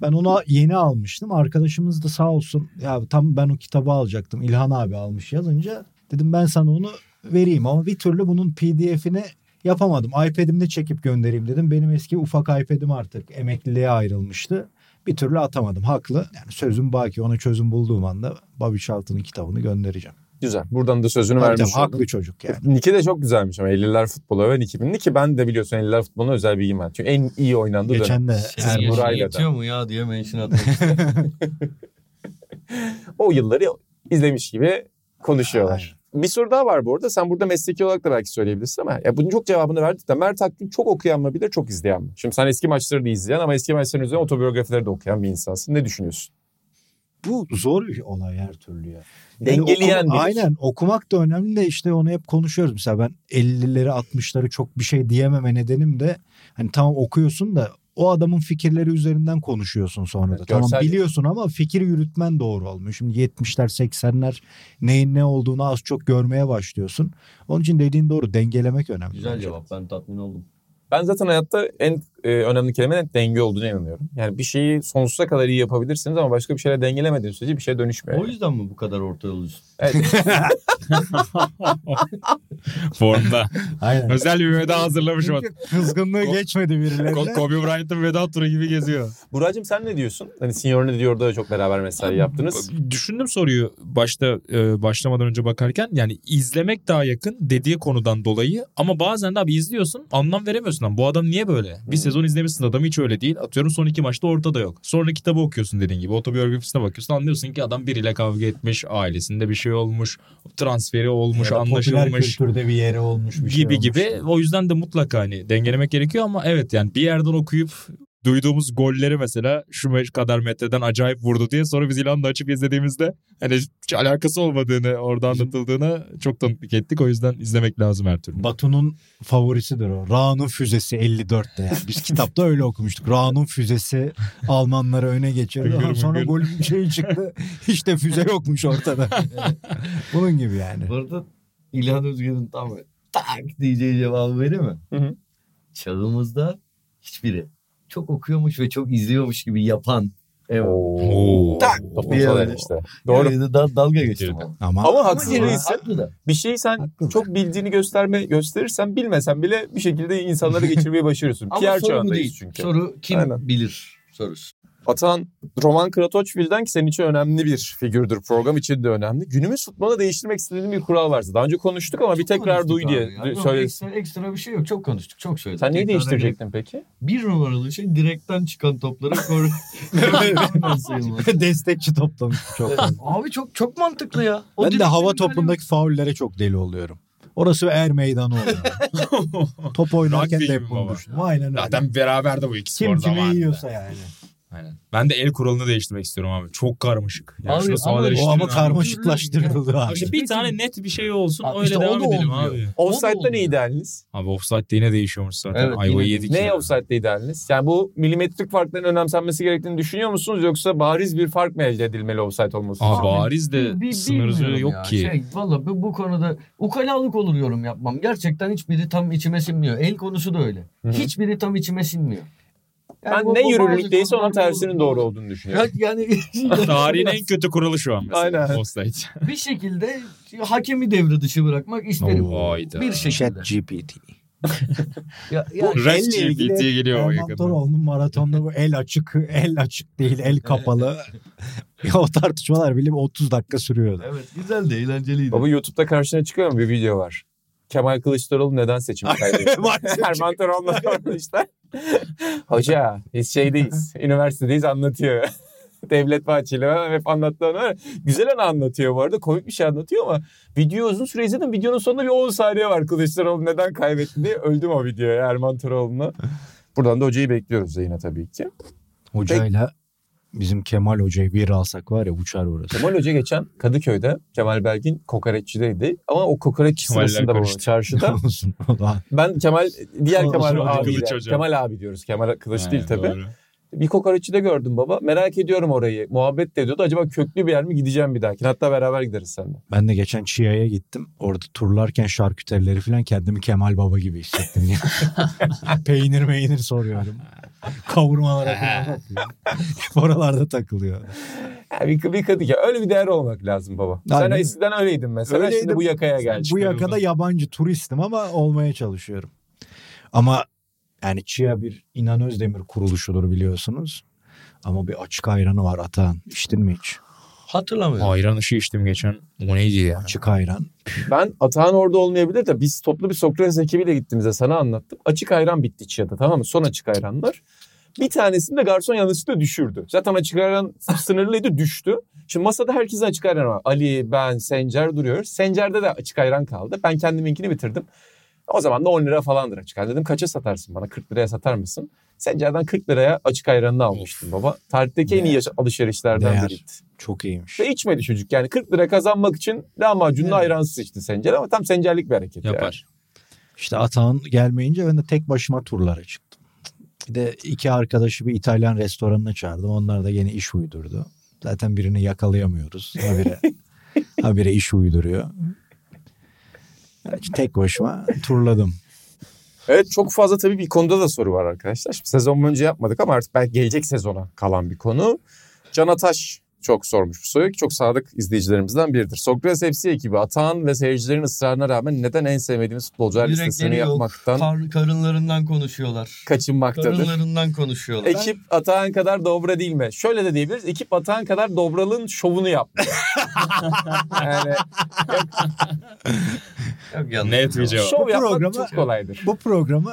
Speaker 3: Ben onu yeni almıştım. Arkadaşımız da sağ olsun ya tam ben o kitabı alacaktım. İlhan abi almış yazınca dedim ben sana onu vereyim ama bir türlü bunun PDF'ini yapamadım. iPad'imde çekip göndereyim dedim. Benim eski ufak iPad'im artık emekliliğe ayrılmıştı. Bir türlü atamadım. Haklı. Yani sözüm baki. Ona çözüm bulduğum anda Bobby Charlton'ın kitabını göndereceğim.
Speaker 2: Güzel. Buradan da sözünü
Speaker 3: Tabii
Speaker 2: vermiş
Speaker 3: tabii,
Speaker 2: oldun.
Speaker 3: haklı çocuk yani.
Speaker 2: Niki de çok güzelmiş ama 50'ler futbolu öven 2000'li ki ben de biliyorsun 50'ler futboluna özel bilgim var. Çünkü en iyi oynandığı dönem.
Speaker 3: Geçen de
Speaker 4: Senin yaşın
Speaker 2: Burayla da.
Speaker 4: yetiyor mu ya diye mention atmak istedim.
Speaker 2: O yılları izlemiş gibi konuşuyorlar. Bir soru daha var bu arada. Sen burada mesleki olarak da belki söyleyebilirsin ama ya bunun çok cevabını verdik de Mert Akgün çok okuyan mı bilir, çok izleyen mi? Şimdi sen eski maçları da izleyen ama eski maçların üzerine otobiyografileri de okuyan bir insansın. Ne düşünüyorsun?
Speaker 3: Bu zor bir olay her türlü ya.
Speaker 2: Dengeleyen
Speaker 3: okuma-
Speaker 2: bilir.
Speaker 3: Aynen okumak da önemli de işte onu hep konuşuyoruz. Mesela ben 50'leri 60'ları çok bir şey diyememe nedenim de hani tamam okuyorsun da o adamın fikirleri üzerinden konuşuyorsun sonra da.
Speaker 2: Evet,
Speaker 3: Tamam
Speaker 2: görsel-
Speaker 3: biliyorsun ama fikir yürütmen doğru olmuyor. Şimdi 70'ler 80'ler neyin ne olduğunu az çok görmeye başlıyorsun. Onun için dediğin doğru dengelemek önemli.
Speaker 4: Güzel
Speaker 3: bence.
Speaker 4: cevap ben tatmin oldum.
Speaker 2: Ben zaten hayatta en e, önemli kelimenin denge olduğunu inanıyorum. Yani bir şeyi sonsuza kadar iyi yapabilirsiniz ama başka bir şeyle dengelemediğiniz sürece bir şey dönüşmüyor.
Speaker 4: O yüzden mi bu kadar orta yolcusun?
Speaker 5: Formda.
Speaker 3: Aynen.
Speaker 5: Özel bir veda hazırlamışım.
Speaker 3: Çünkü kızgınlığı
Speaker 5: Ko-
Speaker 3: geçmedi
Speaker 5: Ko-
Speaker 3: birilerine.
Speaker 5: Kobe Bryant'ın veda turu gibi geziyor.
Speaker 2: Buracığım sen ne diyorsun? Hani Senior ne diyor da çok beraber
Speaker 3: Ee,
Speaker 2: mesai yaptınız.
Speaker 5: Düşündüm soruyu başta e, başlamadan önce bakarken yani izlemek daha yakın dediği konudan dolayı ama bazen de abi izliyorsun anlam veremiyorsun lan bu adam niye böyle?
Speaker 3: Hmm.
Speaker 5: Bir sezon izlemişsin adamı hiç öyle değil. Atıyorum son iki maçta ortada yok. Sonra kitabı okuyorsun dediğin gibi otobiyografisine bakıyorsun anlıyorsun ki adam biriyle kavga etmiş ailesinde bir şey olmuş transferi olmuş
Speaker 3: Ya da Popüler
Speaker 5: anlaşılmış.
Speaker 3: kültürde bir yeri olmuş bir şey
Speaker 5: gibi
Speaker 3: olmuş.
Speaker 5: gibi. O yüzden de mutlaka hani dengelemek gerekiyor ama evet yani bir yerden okuyup duyduğumuz golleri mesela şu me- kadar metreden acayip vurdu diye sonra biz ilanla açıp izlediğimizde hani hiç alakası olmadığını orada anlatıldığını çok tanıklık ettik. O yüzden izlemek lazım her türlü.
Speaker 3: Batu'nun favorisidir o. Ra'nın füzesi 54'te. Yani. Biz kitapta öyle okumuştuk. Ra'nın füzesi Almanlara öne geçiyor.
Speaker 5: Biliyorum,
Speaker 3: Sonra
Speaker 5: biliyorum.
Speaker 3: golün şeyi çıktı. Hiç de füze yokmuş ortada. Bunun gibi yani.
Speaker 4: Bu arada İlhan Özgen'in tam böyle tak diyeceği cevabı vereyim mi?
Speaker 2: Hı hı.
Speaker 4: Çağımızda hiçbiri çok okuyormuş ve çok izliyormuş gibi yapan. Evet.
Speaker 5: Oo.
Speaker 2: Tak! Kafasalar
Speaker 4: Yani.
Speaker 2: işte. Doğru.
Speaker 4: Yani da, dalga geçtim.
Speaker 5: Bitirdim.
Speaker 3: Ama,
Speaker 2: Ama haksız
Speaker 4: Ama
Speaker 2: değilsin.
Speaker 4: haklı da.
Speaker 2: Bir şeyi sen
Speaker 3: Haklı.
Speaker 2: çok bildiğini gösterme gösterirsen bilmesen bile bir şekilde insanları geçirmeyi başarıyorsun.
Speaker 4: Ama
Speaker 2: Pierre
Speaker 4: soru bu
Speaker 2: çağındayız
Speaker 4: değil.
Speaker 2: çünkü.
Speaker 4: Soru kim
Speaker 2: Aynen.
Speaker 4: bilir sorusu.
Speaker 2: Atan Roman Kratoçvil'den ki senin için önemli bir figürdür. Program için de önemli. Günümüz futbolunu değiştirmek istediğin bir kural varsa. Daha önce konuştuk ama bir
Speaker 4: Çok
Speaker 2: tekrar
Speaker 4: konuştuk
Speaker 2: duy diye
Speaker 4: abi ya. Yok,
Speaker 2: söylesin.
Speaker 4: Ekstra, ekstra bir şey yok. Çok konuştuk. Çok söyledik.
Speaker 2: Sen neyi
Speaker 4: Tekrar edelim.
Speaker 2: değiştirecektin peki?
Speaker 4: Bir numaralı şey direkten çıkan toplara koru. Korner sayılmaz.
Speaker 3: Destekçi toplamış çok.
Speaker 4: Abi çok çok mantıklı ya. O
Speaker 3: ben de
Speaker 4: direkten
Speaker 3: hava
Speaker 4: müdahale
Speaker 3: topundaki faullere çok deli oluyorum. Orası er meydanı oluyor. Top oynarken
Speaker 5: Rugby
Speaker 3: de
Speaker 5: gibi
Speaker 3: hep bunu
Speaker 5: baba.
Speaker 3: düşünüyorum. Aynen öyle.
Speaker 5: Zaten beraber de bu ikisi
Speaker 3: Kim
Speaker 5: orada
Speaker 3: kimi
Speaker 5: var.
Speaker 3: yiyorsa yani.
Speaker 5: Aynen. Ben de el kuralını değiştirmek istiyorum abi. Çok karmaşık. Yani
Speaker 4: Abi,
Speaker 5: şurada
Speaker 4: ama
Speaker 5: sağda
Speaker 4: o
Speaker 5: değiştirin
Speaker 3: O ama
Speaker 5: abi.
Speaker 3: karmaşıklaştırıldı abi.
Speaker 5: İşte bir tane net bir şey olsun
Speaker 4: Abi
Speaker 5: öyle
Speaker 4: işte o
Speaker 5: devam
Speaker 4: da
Speaker 5: edelim
Speaker 4: olmuyor.
Speaker 5: abi.
Speaker 2: Offside'da
Speaker 4: olmuyor.
Speaker 2: ne idealiniz?
Speaker 5: Abi offside'de yine değişiyormuş zaten.
Speaker 4: Evet,
Speaker 5: Ayvayı
Speaker 4: yine-
Speaker 5: yedik.
Speaker 2: Ne
Speaker 5: ya.
Speaker 2: offside'da idealiniz? Yani bu milimetrik farkların önemsenmesi gerektiğini düşünüyor musunuz? Yoksa bariz bir fark mı elde edilmeli offside olması?
Speaker 5: Aa,
Speaker 2: için?
Speaker 4: Abi,
Speaker 5: bariz
Speaker 4: Bi-
Speaker 5: de
Speaker 4: bi-
Speaker 5: sınırı
Speaker 4: bilmiyorum
Speaker 5: yok
Speaker 4: ya.
Speaker 5: ki.
Speaker 4: Şey, Valla bu, bu konuda ukalalık olur yorum yapmam. Gerçekten hiçbiri tam içime sinmiyor. El konusu da öyle.
Speaker 2: Hı hı.
Speaker 4: Hiçbiri tam içime sinmiyor. Yani
Speaker 2: Ben
Speaker 4: bu-
Speaker 2: ne
Speaker 4: bu
Speaker 2: yürürlükteyse
Speaker 4: bazı
Speaker 2: onun
Speaker 4: konularda
Speaker 2: tersinin
Speaker 4: olur.
Speaker 2: doğru olduğunu düşünüyorum.
Speaker 4: Ya- Yani
Speaker 5: Tarihin en kötü kuralı şu an mesela.
Speaker 2: Aynen.
Speaker 5: Offside.
Speaker 4: bir şekilde hakemi devre dışı bırakmak isterim.
Speaker 5: Oo, hayda.
Speaker 4: Bir şekilde.
Speaker 3: GPT.
Speaker 4: Ya, yani
Speaker 5: Red
Speaker 3: elle ilgili
Speaker 5: GPT geliyor o
Speaker 3: Erman
Speaker 5: yakında.
Speaker 3: Toroğlu'nun maratonda bu el açık, el açık değil, el kapalı. Ya o tartışmalar bile 30 dakika sürüyordu.
Speaker 4: evet güzeldi, eğlenceliydi.
Speaker 2: Baba YouTube'da karşına çıkıyor mu bir video var? Kemal Kılıçdaroğlu neden seçim kaybetti? Erman Toroğlu'na sormuşlar. Hoca biz şeydeyiz, üniversitedeyiz anlatıyor. Devlet Bahçeli falan hep anlattığını var. Güzel anı anlatıyor bu arada. Komik bir şey anlatıyor ama video uzun süre izledim. Videonun sonunda bir 10 saniye var Kılıçdaroğlu neden kaybetti diye. Öldüm o videoya Erman Toroğlu'na. Buradan da hocayı bekliyoruz yine tabii ki.
Speaker 3: Hocayla bizim Kemal Hoca'yı bir alsak var ya uçar orası.
Speaker 2: Kemal Hoca geçen Kadıköy'de Kemal Belgin kokoreççideydi. Ama o kokoreç
Speaker 5: Kemaller
Speaker 2: sırasında bu
Speaker 5: karıştı.
Speaker 2: çarşıda
Speaker 3: olsun o da.
Speaker 2: Ben Kemal diğer
Speaker 3: Kılıç hocam.
Speaker 2: Kemal abi
Speaker 5: Kılıç hocam.
Speaker 2: Kemal abi diyoruz. Kemal Kılıç
Speaker 5: Aynen,
Speaker 2: değil tabii.
Speaker 5: doğru.
Speaker 2: Bir kokoreççi de gördüm baba. Merak ediyorum orayı. Muhabbet de ediyordu. Acaba köklü bir yer mi gideceğim bir dahaki? Hatta beraber gideriz seninle.
Speaker 3: Ben de geçen Çiğ'ye gittim. Orada turlarken şarküterileri falan kendimi Kemal Baba gibi hissettim. ya. peynir meynir soruyorum. Kavurmalara falan bakıyor. Oralarda takılıyor.
Speaker 2: Yani bir, bir Kadıköy. Öyle bir değer olmak lazım baba. Sen
Speaker 3: Aynen.
Speaker 2: eskiden öyleydin mesela. Şimdi
Speaker 3: Öyleydim.
Speaker 2: bu yakaya geldin.
Speaker 3: Bu
Speaker 5: Çıkarıldı.
Speaker 3: yakada yabancı turistim ama olmaya çalışıyorum. Ama yani Çiğ bir İnan Özdemir kuruluşudur biliyorsunuz. Ama bir açık ayranı var Atahan. İçtin mi hiç?
Speaker 4: Hatırlamıyorum.
Speaker 5: Ayran ışığı içtim geçen. O neydi ya?
Speaker 3: Açık ayran.
Speaker 2: Ben Atahan orada olmayabilir de biz toplu bir Sokrates ekibiyle gittiğimizde sana anlattım. Açık ayran bitti Çiğ'de tamam mı? Son açık ayranlar. Bir tanesinde garson yanlışlıkla düşürdü. Zaten açık ayran sınırlıydı düştü. Şimdi masada herkesin açık ayranı var. Ali, ben, Sencer duruyoruz. Sencer'de de açık ayran kaldı. Ben kendiminkini bitirdim. O zaman da 10 lira falandır açık ayran. Dedim kaça satarsın bana? 40 liraya satar mısın? Sencer'den 40 liraya açık ayranını almıştım baba. Tarihteki en iyi yaşa- alışverişlerden
Speaker 3: Değer.
Speaker 2: biriydi.
Speaker 3: Çok iyiymiş.
Speaker 2: Ve içmedi çocuk. Yani 40 lira kazanmak için lahmacunlu
Speaker 4: Evet.
Speaker 2: ayransız içti Sencer ama tam Sencerlik bir hareket. yani.
Speaker 5: Yapar.
Speaker 3: İşte Atahan gelmeyince ben de tek başıma turlara çıktım. Bir de iki arkadaşı bir İtalyan restoranına çağırdım. Onlar da yeni iş uydurdu. Zaten birini yakalayamıyoruz. Habire, habire iş uyduruyor. Yani tek başıma turladım.
Speaker 2: Evet çok fazla tabii bir konuda da soru var arkadaşlar. Şimdi sezon boyunca yapmadık ama artık belki gelecek sezona kalan bir konu. Can Ataş çok sormuş bu soruyu. Çok sadık izleyicilerimizden biridir. Sokrates FC ekibi Atan ve seyircilerin ısrarına rağmen neden en sevmediğimiz futbolcular listesini
Speaker 4: Yürekleri yok.
Speaker 2: yapmaktan
Speaker 4: Kar- karınlarından konuşuyorlar.
Speaker 2: kaçınmaktadır?
Speaker 4: Karınlarından konuşuyorlar.
Speaker 2: Ekip Atahan kadar dobra değil mi? Şöyle de diyebiliriz. Ekip Atahan kadar dobralığın şovunu yaptı. yani
Speaker 4: Yok, yanlış.
Speaker 5: Net bir cevap.
Speaker 2: şov yapmak
Speaker 3: programı-
Speaker 2: çok kolaydır.
Speaker 3: Bu programı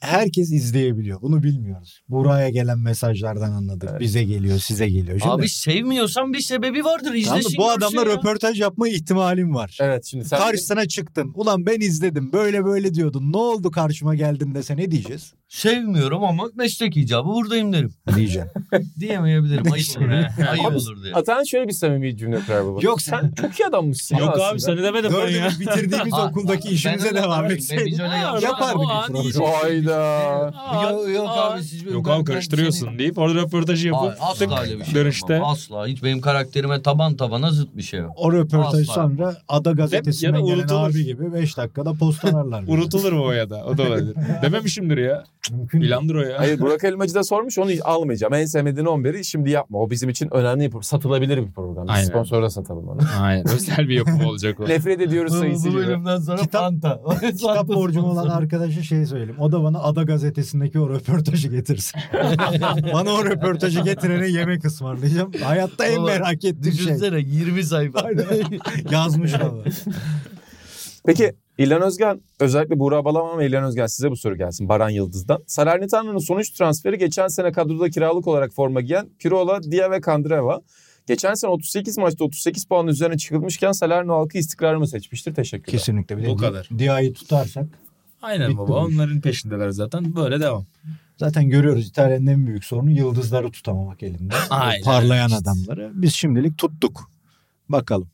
Speaker 3: herkes izleyebiliyor. Bunu bilmiyoruz. Buraya gelen mesajlardan anladık.
Speaker 2: Evet.
Speaker 3: Bize geliyor, size geliyor. Şimdi,
Speaker 4: Abi sevmiyorsan bir sebebi vardır.
Speaker 3: tamam mı?
Speaker 4: İzlesin
Speaker 3: bu
Speaker 4: görsün
Speaker 3: adamla
Speaker 4: şey ya.
Speaker 3: röportaj yapma ihtimalim var.
Speaker 2: Evet şimdi sen...
Speaker 3: Karşısına çıktın. Ulan ben izledim. Böyle böyle diyordun. Ne oldu karşıma geldin dese ne diyeceğiz?
Speaker 4: Sevmiyorum ama meslek icabı buradayım derim.
Speaker 3: Diyeceğim.
Speaker 4: Diyemeyebilirim. Ayıp olur. ha. Ayıp
Speaker 2: Abi,
Speaker 4: olur diye.
Speaker 2: Atahan şöyle bir samimi cümle kurar baba.
Speaker 3: Yok
Speaker 2: sen çok iyi adammışsın.
Speaker 5: Yok
Speaker 2: ya
Speaker 5: abi
Speaker 2: aslında.
Speaker 5: sana demedim ben ya.
Speaker 3: Dördümüz bitirdiğimiz
Speaker 4: Aa,
Speaker 3: okuldaki
Speaker 4: ben
Speaker 3: işimize
Speaker 4: öyle
Speaker 3: devam
Speaker 4: yaparım. Ben
Speaker 3: etseydik.
Speaker 4: biz öyle
Speaker 5: Ha,
Speaker 3: yapardık
Speaker 5: o an
Speaker 3: bir
Speaker 5: iyice-
Speaker 2: Hayda.
Speaker 4: Yok, yok abi siz
Speaker 5: Yok
Speaker 4: ben-
Speaker 5: abi
Speaker 4: ben
Speaker 5: karıştırıyorsun
Speaker 4: seni-
Speaker 5: deyip orada röportajı
Speaker 4: Ay,
Speaker 5: yapıp
Speaker 4: asla öyle bir şey.
Speaker 5: dönüşte.
Speaker 4: yapmam. Asla. Hiç benim karakterime taban tabana zıt bir şey yok.
Speaker 3: O röportaj
Speaker 4: Asla.
Speaker 3: sonra Ada
Speaker 5: Ya da
Speaker 3: gazetesine gelen
Speaker 5: unutulur.
Speaker 3: abi gibi 5 dakikada postalarlar. bizi.
Speaker 5: Unutulur mu o ya da? O da olabilir. Dememişimdir ya.
Speaker 3: Mümkün değil.
Speaker 5: İlandır o ya.
Speaker 2: Hayır Burak Elmacı da sormuş onu hiç almayacağım. En sevmediğin 11'i şimdi yapma. O bizim için önemli bir satılabilir bir program.
Speaker 5: Aynen.
Speaker 2: Biz Sponsorla satalım onu.
Speaker 5: Aynen. Özel bir yapım olacak o.
Speaker 2: Nefret ediyoruz
Speaker 4: Bu,
Speaker 2: sayısı
Speaker 4: bu
Speaker 2: gibi.
Speaker 4: bölümden sonra
Speaker 3: Kitap-
Speaker 4: Fanta.
Speaker 3: Kitap borcum olan arkadaşa şey söyleyeyim. O da bana Ada Gazetesi'ndeki o röportajı getirsin. bana o rörportajı getirene yemek ısmarlayacağım. Hayatta en
Speaker 4: Oğlum,
Speaker 3: merak ettiğim şey.
Speaker 4: Düşünsene 20 sayfa.
Speaker 3: Yazmış baba.
Speaker 2: Peki İlhan Özgen özellikle Buğra Balaban ve İlhan Özgen size bu soru gelsin Baran Yıldız'dan. Salernitano'nun sonuç transferi geçen sene kadroda kiralık olarak forma giyen Pirola, Dia ve Kandreva. Geçen sene 38 maçta 38 puan üzerine çıkılmışken Salerno halkı istikrarımı seçmiştir. Teşekkürler.
Speaker 3: Kesinlikle. Bir de
Speaker 5: O kadar.
Speaker 3: Dia'yı tutarsak.
Speaker 5: Aynen baba. Onların peşindeler zaten. Böyle devam.
Speaker 3: Zaten görüyoruz İtalya'nın en büyük sorunu yıldızları tutamamak elinde.
Speaker 5: Aynen.
Speaker 3: Parlayan adamları. Biz şimdilik tuttuk. Bakalım.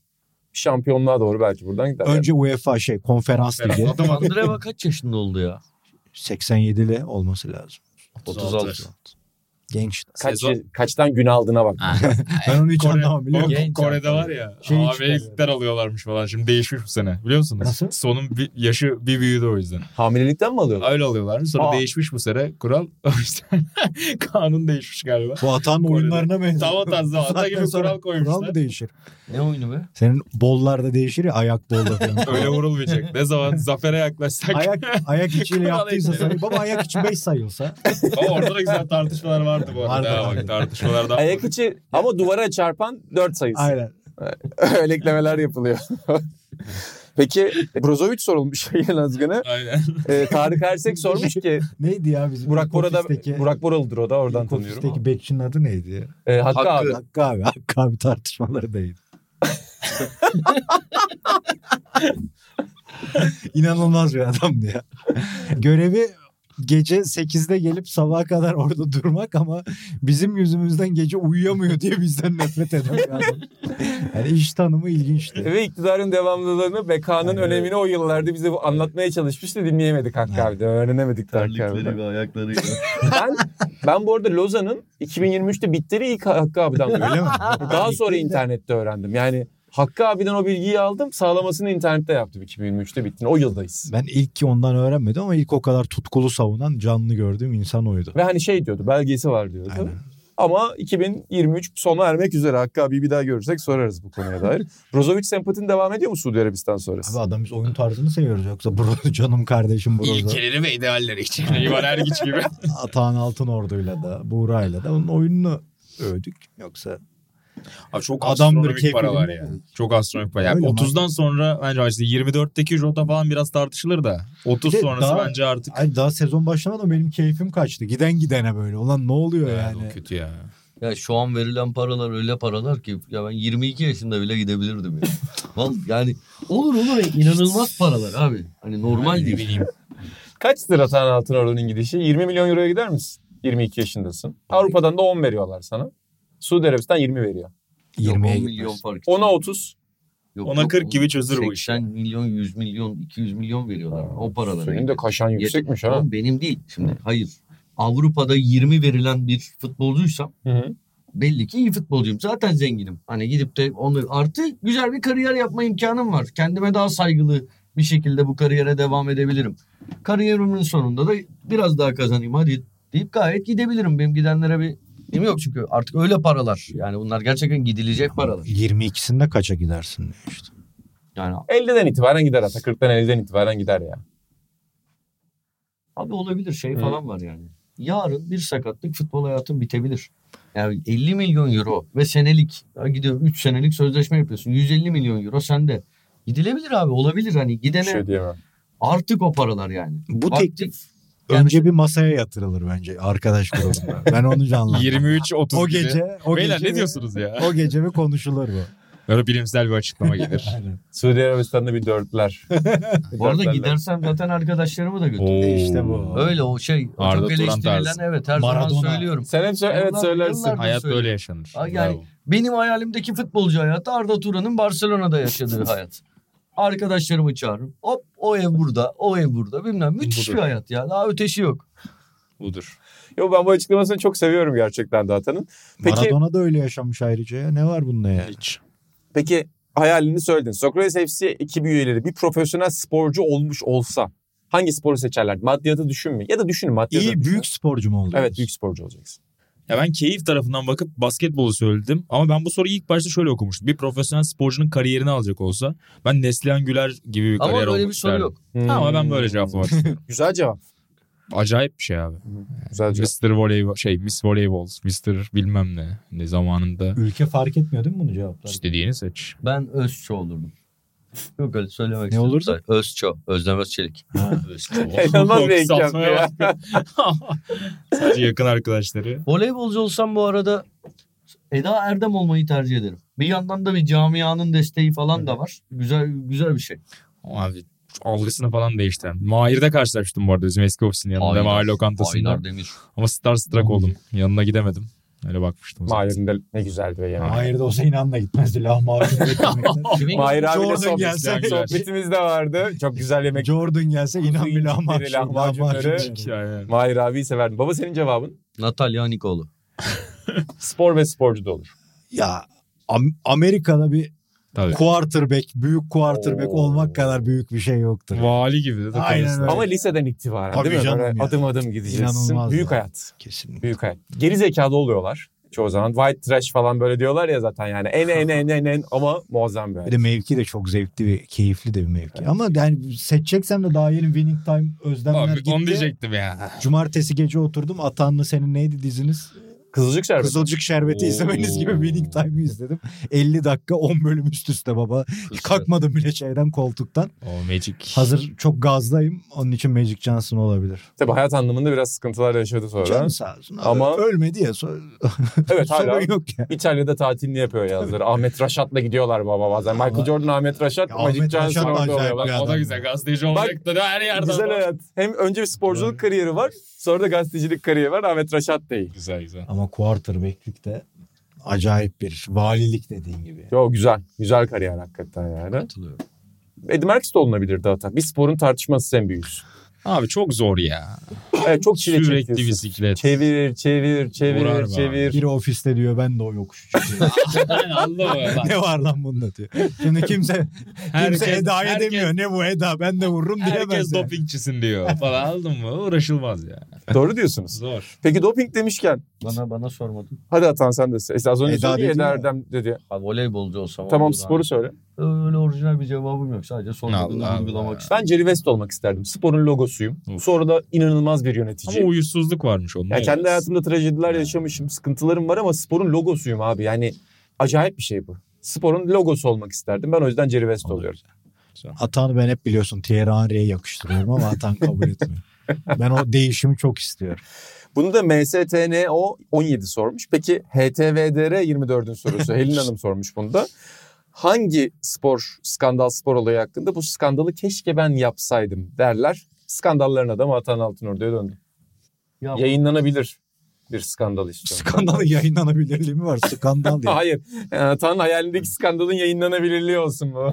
Speaker 2: Şampiyonluğa doğru belki buradan gider.
Speaker 3: Önce UEFA şey konferans ligi
Speaker 5: Adam
Speaker 4: Andreva kaç yaşında oldu ya?
Speaker 3: 87'li olması lazım.
Speaker 4: 36.
Speaker 5: 36.
Speaker 3: Genç.
Speaker 2: Kaç,
Speaker 5: sezon-
Speaker 2: kaçtan gün aldığına bak.
Speaker 3: Ben onu hiç
Speaker 5: Kore,
Speaker 3: anlamam biliyor
Speaker 5: o-
Speaker 3: musun?
Speaker 4: Genç
Speaker 5: Kore'de
Speaker 4: abi.
Speaker 5: var ya.
Speaker 3: Şey
Speaker 5: Şey
Speaker 3: çıkar yani.
Speaker 5: alıyorlarmış falan. Şimdi değişmiş bu sene. Biliyor musunuz?
Speaker 3: Nasıl?
Speaker 5: Sonun bir, yaşı bir büyüdü o yüzden.
Speaker 2: Hamilelikten mi alıyorlar?
Speaker 5: Öyle alıyorlarmış. Sonra
Speaker 2: Aa.
Speaker 5: değişmiş bu sene kural. O yüzden kanun değişmiş galiba.
Speaker 3: Bu atan
Speaker 5: Kore'de.
Speaker 3: oyunlarına benziyor.
Speaker 5: Tam o tarzda, ata
Speaker 3: Zaten
Speaker 5: gibi
Speaker 3: sonra
Speaker 5: kural koymuşlar.
Speaker 3: Kural mı değişir?
Speaker 4: Ne oyunu be?
Speaker 3: Senin bollarda değişir ya ayak bolda falan.
Speaker 5: Öyle vurulmayacak. Ne zaman zafere yaklaşsak.
Speaker 3: ayak, ayak içiyle
Speaker 5: Kural
Speaker 3: yaptıysa
Speaker 5: ekleyelim.
Speaker 3: sayı. Baba ayak içi 5 sayılsa.
Speaker 5: Ama orada da güzel tartışmalar vardı bu
Speaker 3: Vardı,
Speaker 5: arada. Ha,
Speaker 3: vardı.
Speaker 5: bak tartışmalar da.
Speaker 2: Ayak içi ama duvara çarpan 4 sayısı.
Speaker 3: Aynen.
Speaker 2: Öyle eklemeler yapılıyor. Peki Brozovic sorulmuş Yılan Özgün'e.
Speaker 5: Aynen.
Speaker 2: Ee, Tarık Ersek sormuş ki
Speaker 3: Neydi ya bizim?
Speaker 2: Burak
Speaker 3: ilk
Speaker 2: Bora'da
Speaker 3: ofisteki-
Speaker 2: Burak Boralı'dır o da oradan
Speaker 3: ilk
Speaker 2: tanıyorum.
Speaker 3: ofisteki bekçinin adı neydi ya?
Speaker 2: Ee, Hakkı,
Speaker 4: Hakkı.
Speaker 2: abi.
Speaker 3: Hakkı abi. Hakkı abi tartışmaları değil. İnanılmaz bir adamdı ya. Görevi gece 8'de gelip sabaha kadar orada durmak ama bizim yüzümüzden gece uyuyamıyor diye bizden nefret eden bir adam. Yani iş tanımı ilginçti.
Speaker 2: Ve iktidarın devamlılığını Beka'nın
Speaker 3: Aynen.
Speaker 2: önemini o yıllarda bize bu anlatmaya çalışmıştı. Dinleyemedik Hakkı
Speaker 3: Aynen.
Speaker 2: abi de. Öğrenemedik Tarık
Speaker 4: Terlikleri
Speaker 2: abi.
Speaker 4: ve ayakları.
Speaker 2: Ben, ben bu arada Lozan'ın 2023'te bitleri ilk Hakkı abiden duydum.
Speaker 3: Öyle mi?
Speaker 2: Daha sonra internette öğrendim. Yani Hakkı abiden o bilgiyi aldım. Sağlamasını internette yaptım 2023'te bittiğini. O yıldayız.
Speaker 3: Ben ilk ki ondan öğrenmedim ama ilk o kadar tutkulu savunan canlı gördüğüm insan oydu.
Speaker 2: Ve hani şey diyordu belgesi var diyordu.
Speaker 3: Aynen.
Speaker 2: Ama 2023 sona ermek üzere. Hakkı abiyi bir daha görürsek sorarız bu konuya dair. Brozovic sempatin devam ediyor mu Suudi Arabistan sonrası?
Speaker 3: Abi adam biz oyun tarzını seviyoruz yoksa bro, canım kardeşim broza.
Speaker 5: İlkeleri ve idealleri için. Hani İvan Ergiç gibi.
Speaker 3: Atahan Altınordu'yla da Buğra'yla da onun oyununu övdük. Yoksa
Speaker 5: Abi çok
Speaker 3: Adamdır,
Speaker 5: astronomik
Speaker 3: keyfi
Speaker 5: paralar
Speaker 3: bilmiyor
Speaker 5: ya. Çok astronomik paralar. Yani
Speaker 3: Öyle mi?
Speaker 5: 30'dan sonra bence işte 24'teki Jota falan biraz tartışılır da 30
Speaker 3: Bir de
Speaker 5: sonrası
Speaker 3: daha-
Speaker 5: bence artık
Speaker 3: Ay daha sezon başlamadan benim keyfim kaçtı. Giden gidene böyle. Ulan ne oluyor
Speaker 5: yani.
Speaker 3: yani?
Speaker 5: o kötü ya.
Speaker 4: ya şu an verilen paralar öyle paralar ki ya ben 22 yaşında bile gidebilirdim ya. Vallahi yani olur olur inanılmaz paralar abi. Hani normal
Speaker 5: Yani ne
Speaker 4: değil.
Speaker 5: bileyim.
Speaker 2: Kaçtır Atan Altınordu'nun gidişi? 20 milyon euroya gider misin? 22 yaşındasın. Avrupa'dan da 10 veriyorlar sana. Suudi Arabistan 20 veriyor.
Speaker 3: 20'ye
Speaker 4: Yok, 10
Speaker 3: gitmez.
Speaker 4: milyon fark.
Speaker 2: Ona 30.
Speaker 4: Yok,
Speaker 5: Ona
Speaker 4: yok,
Speaker 5: 40 gibi çözülür bu iş.
Speaker 4: 80 milyon, 100 milyon, 200 milyon veriyorlar. O paralara.
Speaker 2: Senin de kaşan yüksekmiş ha.
Speaker 4: Tamam, Benim değil şimdi. Hayır. Avrupa'da 20 verilen bir futbolcuysam
Speaker 2: Hı hı.
Speaker 4: belli ki iyi futbolcuyum. Zaten zenginim. Hani gidip de onu artı güzel bir kariyer yapma imkanım var. Kendime daha saygılı bir şekilde bu kariyere devam edebilirim. Kariyerimin sonunda da biraz daha kazanayım hadi deyip gayet gidebilirim. Benim gidenlere bir şeyim yok çünkü artık öyle paralar. Yani bunlar gerçekten gidilecek paralar.
Speaker 3: 22'sinde kaça gidersin diyor işte.
Speaker 4: Yani
Speaker 2: 50'den itibaren gider hatta. 40'tan 50'den itibaren gider ya.
Speaker 4: Abi olabilir şey
Speaker 2: Hı.
Speaker 4: falan var yani. Yarın bir sakatlık futbol hayatın bitebilir. Yani 50 milyon euro ve senelik ya gidiyor 3 senelik sözleşme yapıyorsun. 150 milyon euro sende. Gidilebilir abi olabilir hani
Speaker 2: Bir
Speaker 4: gidene
Speaker 2: şey diyemem.
Speaker 4: artık o paralar yani.
Speaker 3: Bu
Speaker 4: Vakti-
Speaker 3: teklif
Speaker 4: Yani
Speaker 3: önce bir masaya yatırılır bence arkadaş grubunda. ben onu canlandırdım.
Speaker 5: 23 30
Speaker 3: o gece o
Speaker 5: Beyler
Speaker 3: gece
Speaker 5: ne diyorsunuz ya?
Speaker 3: O gece bir konuşulur bu.
Speaker 5: Böyle bilimsel bir açıklama gelir.
Speaker 3: Aynen.
Speaker 2: Suudi Arabistan'da bir dörtler.
Speaker 4: bu arada
Speaker 2: Dörtlerler.
Speaker 4: gidersem zaten arkadaşlarımı da götürürüm.
Speaker 5: Oo.
Speaker 3: İşte bu.
Speaker 4: Öyle o şey o
Speaker 5: Arda
Speaker 4: çok
Speaker 5: Turan
Speaker 4: eleştirilen
Speaker 5: tarzı.
Speaker 4: evet her zaman
Speaker 3: Maradona.
Speaker 4: söylüyorum.
Speaker 2: Sen hep sö- evet
Speaker 4: Yıllar-
Speaker 2: söylersin.
Speaker 4: yıllar-
Speaker 5: Hayat
Speaker 4: Söyle.
Speaker 5: böyle yaşanır.
Speaker 4: Ay, yani-
Speaker 5: Bravo.
Speaker 4: Benim hayalimdeki futbolcu hayatı Arda Turan'ın Barcelona'da yaşadığı hayat. Arkadaşlarımı çağırırım. Hop o ev burada, o ev burada bilmem. Müthiş
Speaker 5: Budur.
Speaker 4: bir hayat ya. Daha ötesi yok.
Speaker 5: Budur.
Speaker 2: Yo ben bu açıklamasını çok seviyorum gerçekten de Atan'ın. Peki-
Speaker 3: Maradona da öyle yaşamış ayrıca ya. Ne var bunda ya?
Speaker 5: Hiç.
Speaker 2: Peki hayalini söyledin. Sokrates FC ekibi üyeleri bir profesyonel sporcu olmuş olsa hangi sporu seçerler? Maddiyatı düşünme. Ya da düşünün maddiyatı.
Speaker 3: İyi büyük sporcu mu oldu?
Speaker 2: Evet büyük sporcu olacaksın.
Speaker 5: Ya ben keyif tarafından bakıp basketbolu söyledim. Ama ben bu soruyu ilk başta şöyle okumuştum. Bir profesyonel sporcunun kariyerini alacak olsa ben Neslihan Güler gibi bir
Speaker 4: Ama
Speaker 5: kariyer
Speaker 4: öyle
Speaker 5: olmak
Speaker 4: bir soru
Speaker 5: isterdim.
Speaker 4: yok.
Speaker 5: Ha, ama ben böyle cevaplamak istedim.
Speaker 2: Hmm. Güzel cevap.
Speaker 5: Acayip bir şey abi.
Speaker 2: Güzel cevap.
Speaker 5: Mr. Voleybol, şey Miss Voleybol, Mr. bilmem ne. Ne zamanında
Speaker 3: Ülke fark etmiyor değil mi bunu cevaplar?
Speaker 5: istediğini seç.
Speaker 4: Ben Özço olurdum. Yok öyle söylemek
Speaker 3: Ne
Speaker 4: olurdu?
Speaker 3: olurdu?
Speaker 4: Özço. Özlem Özçelik.
Speaker 2: İnanılmaz bir eklem ya.
Speaker 5: Sadece yakın arkadaşları.
Speaker 4: Voleybolcu olsam bu arada Eda Erdem olmayı tercih ederim. Bir yandan da bir camianın desteği falan da var. Güzel güzel bir şey.
Speaker 5: Abi algısını falan değiştiren. Mahir'de karşılaştım bu arada bizim eski ofisin yanında. Mahir lokantasında.
Speaker 4: Aynar Demir.
Speaker 5: Ama starstruck oldum. Yanına gidemedim. Öyle bakmıştım. o zaman.
Speaker 2: Mahir'inde ne güzeldi be yemek.
Speaker 3: Hayır da olsa inan da gitmezdi. Lahmacun beklemekten.
Speaker 4: Kimin?
Speaker 2: Mahir abiyle
Speaker 3: Jordan
Speaker 2: sohbet,
Speaker 3: gelse-
Speaker 2: sohbetimiz de vardı. Çok güzel yemek.
Speaker 3: Jordan gelse inan bir lahmacun.
Speaker 2: İncirleri, lahmacunları.
Speaker 3: lahmacun.
Speaker 5: Yani.
Speaker 2: Mahir abiyi severdim. Baba senin cevabın?
Speaker 4: Natalya Nikoğlu.
Speaker 2: Spor ve sporcu da olur.
Speaker 3: Ya Am- Amerika'da bir
Speaker 5: Tabii.
Speaker 3: quarterback, büyük quarterback
Speaker 2: Oo.
Speaker 3: olmak kadar büyük bir şey yoktur.
Speaker 5: Vali gibi de
Speaker 3: Aynen
Speaker 5: takılırsın.
Speaker 3: öyle.
Speaker 2: Ama liseden itibaren
Speaker 3: Tabii
Speaker 2: değil mi?
Speaker 3: canım
Speaker 2: Böyle
Speaker 3: ya.
Speaker 2: Adım adım gideceksin.
Speaker 3: İnanılmaz
Speaker 2: Büyük
Speaker 3: ya.
Speaker 2: hayat.
Speaker 3: Kesinlikle.
Speaker 2: Büyük hayat. Geri zekalı oluyorlar çoğu zaman. White trash falan böyle diyorlar ya zaten yani. En en en en en ama muazzam bir
Speaker 3: Bir
Speaker 2: hayat.
Speaker 3: de mevki de çok zevkli ve keyifli de bir mevki. Ama yani seçeceksem de daha yeni Winning Time Özlemler
Speaker 5: Abi,
Speaker 3: gitti.
Speaker 5: onu diyecektim ya.
Speaker 3: Cumartesi gece oturdum. Atanlı senin neydi diziniz?
Speaker 2: Kızılcık şerbeti.
Speaker 3: Kızılcık Şerbeti
Speaker 5: Oo.
Speaker 3: izlemeniz gibi Winning Time'ı izledim. 50 dakika 10 bölüm üst üste baba. Kalkmadım bile şeyden koltuktan.
Speaker 5: O Magic.
Speaker 3: Hazır çok gazdayım. Onun için Magic Johnson olabilir.
Speaker 2: Tabii hayat anlamında biraz sıkıntılar yaşadı sonra.
Speaker 3: Canım sağ olsun.
Speaker 2: Ama-
Speaker 3: Ama ölmedi ya. So-
Speaker 2: evet hala
Speaker 3: sorun yok ya.
Speaker 2: İtalya'da tatilini yapıyor yazları. Ahmet Raşat'la gidiyorlar baba bazen. Michael
Speaker 3: Ama-
Speaker 2: Jordan, Ahmet Raşat,
Speaker 3: Ya
Speaker 2: Magic
Speaker 3: Ahmet
Speaker 2: Johnson
Speaker 3: Raşat da
Speaker 2: orada
Speaker 3: acayip
Speaker 2: oluyorlar.
Speaker 3: bir
Speaker 5: Bak, o da
Speaker 3: adam.
Speaker 5: güzel gazeteci olacak da her yerden.
Speaker 2: Güzel
Speaker 5: var.
Speaker 2: hayat. Hem önce bir sporculuk kariyeri var. Sonra da gazetecilik kariyeri var. Ahmet Raşat değil.
Speaker 5: Güzel güzel.
Speaker 3: Ama quarterback'lik de acayip bir valilik dediğin gibi.
Speaker 2: Yo güzel. Güzel kariyer hakikaten yani.
Speaker 4: Katılıyorum.
Speaker 2: Eddie Merckx de olunabilirdi hatta. Bir sporun tartışması en büyüğüsü.
Speaker 5: Abi çok zor ya.
Speaker 2: Evet çok çile
Speaker 5: Sürekli
Speaker 2: çekiyorsun.
Speaker 5: bisiklet.
Speaker 2: Çevir, çevir, çevir,
Speaker 5: Vurar be abi.
Speaker 2: çevir.
Speaker 3: Biri ofiste diyor ben de o yokuşu çıkıyorum.
Speaker 5: Allah Allah.
Speaker 3: ne var lan bunda diyor. Şimdi kimse
Speaker 5: Herkes-
Speaker 3: kimse Eda'ya
Speaker 5: herkes-
Speaker 3: demiyor. Ne bu Eda ben de vururum
Speaker 5: Herkes
Speaker 3: diyemez. yani.
Speaker 5: dopingçisin diyor falan aldın mı uğraşılmaz ya.
Speaker 2: Doğru diyorsunuz.
Speaker 5: Zor.
Speaker 2: Peki doping demişken.
Speaker 4: Bana bana sormadın.
Speaker 2: Hadi Atan sen de. İşte az önce
Speaker 3: Eda
Speaker 2: söyledi ya,
Speaker 3: dedin
Speaker 2: Eda
Speaker 3: ya.
Speaker 2: Erdem dedi.
Speaker 4: Ha, voleybolcu olsam.
Speaker 2: Tamam
Speaker 4: olurdu
Speaker 2: sporu söyle.
Speaker 4: abi. Öyle orijinal bir cevabım yok. Sadece
Speaker 5: Allah
Speaker 4: sormadığını
Speaker 5: Allah.
Speaker 4: uygulamak istedim.
Speaker 2: Ben Jerry West olmak isterdim. Sporun logosuyum.
Speaker 5: Of.
Speaker 2: Sonra da inanılmaz bir
Speaker 5: Ama
Speaker 2: yönetici.
Speaker 5: uyuşsuzluk varmış onun.
Speaker 2: Ya
Speaker 5: Evet.
Speaker 2: kendi hayatımda trajediler yaşamışım, sıkıntılarım var ama sporun logosuyum abi. Yani acayip bir şey bu. Sporun logosu olmak isterdim. Ben o yüzden Jerry West oluyorum.
Speaker 3: Atan'ı ben hep biliyorsun Thierry Henry'e yakıştırıyorum ama Atan kabul etmiyor. ben o değişimi çok istiyorum.
Speaker 2: Bunu da MSTNO 17 sormuş. Peki HTVDR 24'ün sorusu. Helin Hanım sormuş bunu da. Hangi spor, skandal spor olayı hakkında bu skandalı keşke ben yapsaydım derler. Skandalların adamı Atan Altınordu'ya döndü.
Speaker 4: Ya,
Speaker 2: Yayınlanabilir bir skandal istiyorum.
Speaker 3: Skandalın yayınlanabilirliği mi var? Skandal ya.
Speaker 2: Hayır. Atan'ın hayalindeki skandalın yayınlanabilirliği olsun bu.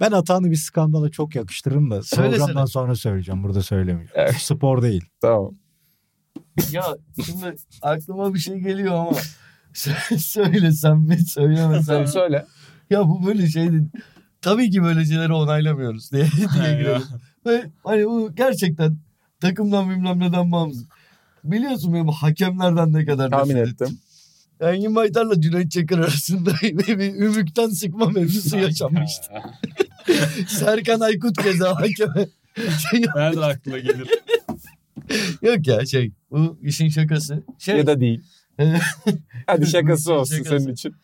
Speaker 3: Ben Atan'ı bir skandala çok yakıştırırım da
Speaker 4: Söylesene.
Speaker 3: programdan sonra söyleyeceğim. Burada söylemeyeceğim.
Speaker 2: Evet.
Speaker 3: Spor değil.
Speaker 2: Tamam.
Speaker 4: ya şimdi aklıma bir şey geliyor ama söylesem mi söylemesem
Speaker 2: Sen
Speaker 4: mi?
Speaker 2: söyle.
Speaker 4: ya bu böyle şeydi. Tabii ki böyle şeyleri onaylamıyoruz diye, diye girelim. Ve hani bu gerçekten takımdan bilmem neden bağımsız. Biliyorsun benim hakemlerden ne kadar
Speaker 2: Tahmin
Speaker 4: nefret
Speaker 2: ettim.
Speaker 4: Engin Baytar'la Cüneyt Çakır arasında yine bir ümükten sıkma mevzusu yaşanmıştı. Serkan Aykut keza hakeme. Şey,
Speaker 5: Nerede aklına gelir?
Speaker 4: yok ya şey bu işin şakası. Şey,
Speaker 2: Ya da değil. Hadi şakası olsun
Speaker 4: Şakası.
Speaker 2: senin için.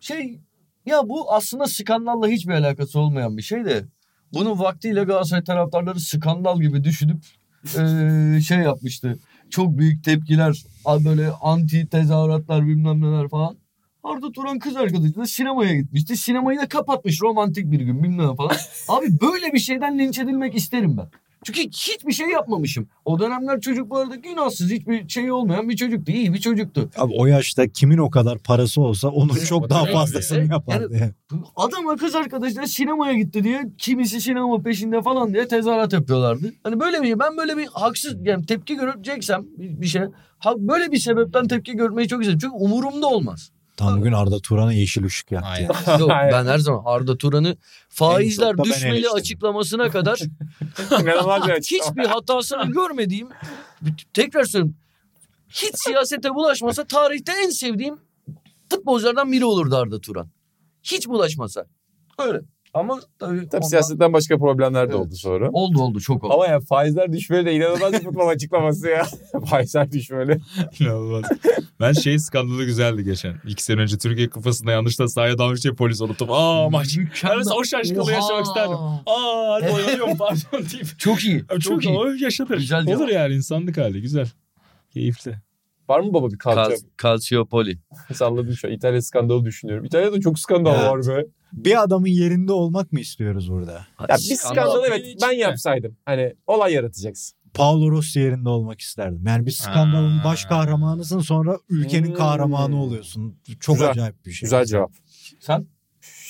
Speaker 4: şey ya bu aslında skandalla hiçbir alakası olmayan bir şey de bunu vaktiyle Galatasaray taraftarları skandal gibi düşünüp eee, şey yapmıştı. Çok büyük tepkiler a- böyle anti tezahüratlar bilmem neler falan. Arda Turan kız arkadaşı da sinemaya gitmişti. Sinemayı da kapatmış romantik bir gün bilmem ne falan. Abi böyle bir şeyden linç edilmek isterim ben. Çünkü hiçbir şey yapmamışım. O dönemler çocuk bu arada günahsız hiçbir şey olmayan bir çocuktu. iyi bir çocuktu.
Speaker 3: Abi o yaşta kimin o kadar parası olsa onun çok daha
Speaker 5: Tabii abi.
Speaker 3: fazlasını yapardı. yani.
Speaker 4: Adama kız arkadaşlar sinemaya gitti diye kimisi sinema peşinde falan diye tezahürat yapıyorlardı. Hani böyle bir ben böyle bir haksız yani tepki göreceksem bir, bir şey ha, böyle bir sebepten tepki görmeyi çok isterim. Çünkü umurumda olmaz.
Speaker 3: Tam bugün Arda Turan'a yeşil ışık yaktı.
Speaker 5: Aynen.
Speaker 3: ya.
Speaker 4: Yok, ben her zaman Arda Turan'ı
Speaker 3: En
Speaker 4: faizler
Speaker 3: çok da ben
Speaker 4: düşmeli
Speaker 3: eleştirdim.
Speaker 4: açıklamasına kadar
Speaker 2: İnanılmaz bir açıklama.
Speaker 4: hiçbir hatasını görmediğim tekrar söylüyorum hiç siyasete bulaşmasa tarihte en sevdiğim futbolculardan biri olurdu Arda Turan. Hiç bulaşmasa. Öyle. Ama tabii,
Speaker 2: Tabii
Speaker 4: ondan-
Speaker 2: siyasetten başka problemler de
Speaker 4: Evet.
Speaker 2: oldu sonra.
Speaker 4: Oldu oldu çok oldu.
Speaker 2: Ama ya faizler düşmeli de inanılmaz bir futbol açıklaması ya. faizler düşmeli.
Speaker 5: İnanılmaz. ben şey skandalı güzeldi geçen. İki sene önce Türkiye kupasında yanlışla sahaya dalmış diye polis olup Aa maç.
Speaker 4: Mükemmel.
Speaker 5: Ben o şaşkınlığı
Speaker 4: Oha!
Speaker 5: yaşamak isterdim. Aa hadi oynanıyorum pardon deyip.
Speaker 4: Çok iyi.
Speaker 5: Çok, çok iyi. O yaşatır.
Speaker 4: Güzel cevap.
Speaker 5: Olur yani insanlık hali güzel. Keyifli.
Speaker 2: Var mı baba bir kalça?
Speaker 4: Kalsiyopoli.
Speaker 2: Salladım şu an. İtalya skandalı düşünüyorum. İtalya'da çok skandal
Speaker 3: Evet.
Speaker 2: var be.
Speaker 3: Bir adamın yerinde olmak mı istiyoruz burada?
Speaker 2: Ya bir skandal evet ben yapsaydım. Hani olay yaratacaksın.
Speaker 3: Paolo Rossi yerinde olmak isterdim. Yani bir skandalın
Speaker 5: Aa.
Speaker 3: baş kahramanısın sonra ülkenin
Speaker 2: Hmm.
Speaker 3: kahramanı oluyorsun. Çok
Speaker 2: Güzel.
Speaker 3: acayip bir şey.
Speaker 2: Güzel cevap.
Speaker 4: Sen?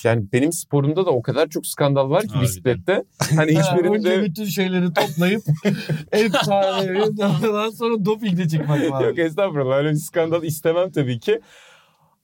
Speaker 2: Yani benim sporumda da o kadar çok skandal var ki
Speaker 5: Harbiden.
Speaker 2: bisiklette. Hani
Speaker 4: Önce
Speaker 2: hiçbirinde
Speaker 4: bütün şeyleri toplayıp efsaneyi daha sonra dopingle çıkmak var.
Speaker 2: Yok estağfurullah öyle bir skandal istemem tabii ki.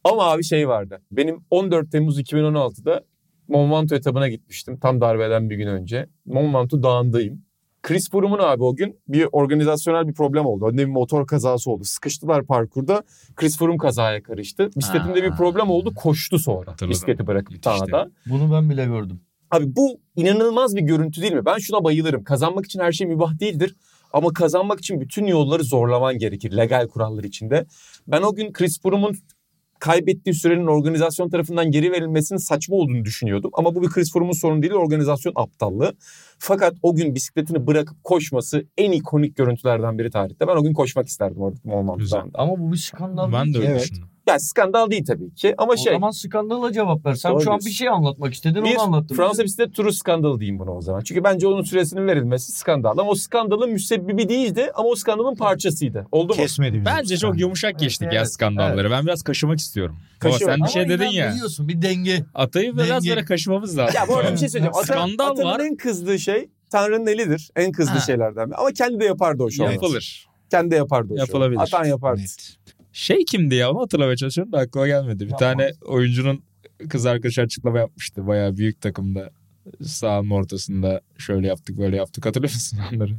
Speaker 2: Ama abi şey vardı. Benim 14 Temmuz 2016'da Mont Ventoux etabına gitmiştim. Tam darbeden bir gün önce. Mont Ventoux dağındayım. Chris Froom'un abi o gün bir organizasyonel bir problem oldu. Önde bir motor kazası oldu. Sıkıştılar parkurda. Chris Froome kazaya karıştı. Bisikletinde bir
Speaker 4: Aa.
Speaker 2: problem oldu. Koştu sonra.
Speaker 5: Hatırladım.
Speaker 2: Bisikleti bırakıp
Speaker 5: Müthişti.
Speaker 2: dağda.
Speaker 4: Bunu ben bile gördüm.
Speaker 2: Abi bu inanılmaz bir görüntü değil mi? Ben şuna bayılırım. Kazanmak için her şey mübah değildir. Ama kazanmak için bütün yolları zorlaman gerekir legal kurallar içinde. Ben o gün Chris Froom'un kaybettiği sürenin organizasyon tarafından geri verilmesinin saçma olduğunu düşünüyordum. Ama bu bir Chris Froome'un sorunu değil, organizasyon aptallığı. Fakat o gün bisikletini bırakıp koşması en ikonik görüntülerden biri tarihte. Ben o gün koşmak isterdim orada Mont
Speaker 5: Güzel.
Speaker 2: Ventous'da.
Speaker 4: Ama bu bir skandal.
Speaker 5: Ben de öyle
Speaker 3: Evet.
Speaker 5: düşündüm.
Speaker 2: Yani skandal değil tabii ki ama
Speaker 4: O
Speaker 2: şey...
Speaker 4: zaman skandala cevap ver. Sen
Speaker 2: Doğru
Speaker 4: şu an
Speaker 2: diyorsun.
Speaker 4: bir şey anlatmak istedin
Speaker 2: Bir,
Speaker 4: onu anlattın.
Speaker 2: Fransa bisiklet turu skandalı diyeyim buna o zaman. Çünkü bence onun süresinin verilmesi skandal. Ama o skandalın müsebbibi değildi ama o skandalın parçasıydı. Oldu mu?
Speaker 3: Kesmedi bizi.
Speaker 5: Bence çok yumuşak geçtik ya
Speaker 4: evet,
Speaker 5: skandalları. Ben biraz kaşımak istiyorum. Ama
Speaker 2: Kaşıma.
Speaker 5: sen bir
Speaker 4: Ama
Speaker 5: şey dedin
Speaker 4: inan
Speaker 5: ya.
Speaker 4: Biliyorsun bir denge.
Speaker 5: Atayı biraz
Speaker 4: Denge.
Speaker 5: böyle kaşımamız lazım.
Speaker 2: Ya bu arada bir şey söyleyeceğim. Atan,
Speaker 5: Skandal
Speaker 2: Atan'ın
Speaker 5: var.
Speaker 2: en kızdığı şey Tanrı'nın elidir. En kızdığı
Speaker 5: Ha.
Speaker 2: şeylerden biri. Ama kendi de yapardı o şovu.
Speaker 5: Yapılır.
Speaker 2: Kendi de yapardı o şovu.
Speaker 5: Yapılabilir.
Speaker 2: Atan yapardı.
Speaker 3: Net.
Speaker 5: Şey kimdi ya onu hatırlamaya çalışıyorum da aklıma gelmedi. Bir tane oyuncunun kız arkadaşı açıklama yapmıştı. Bayağı büyük takımda sahanın ortasında şöyle yaptık böyle yaptık. Hatırlıyor musun onları?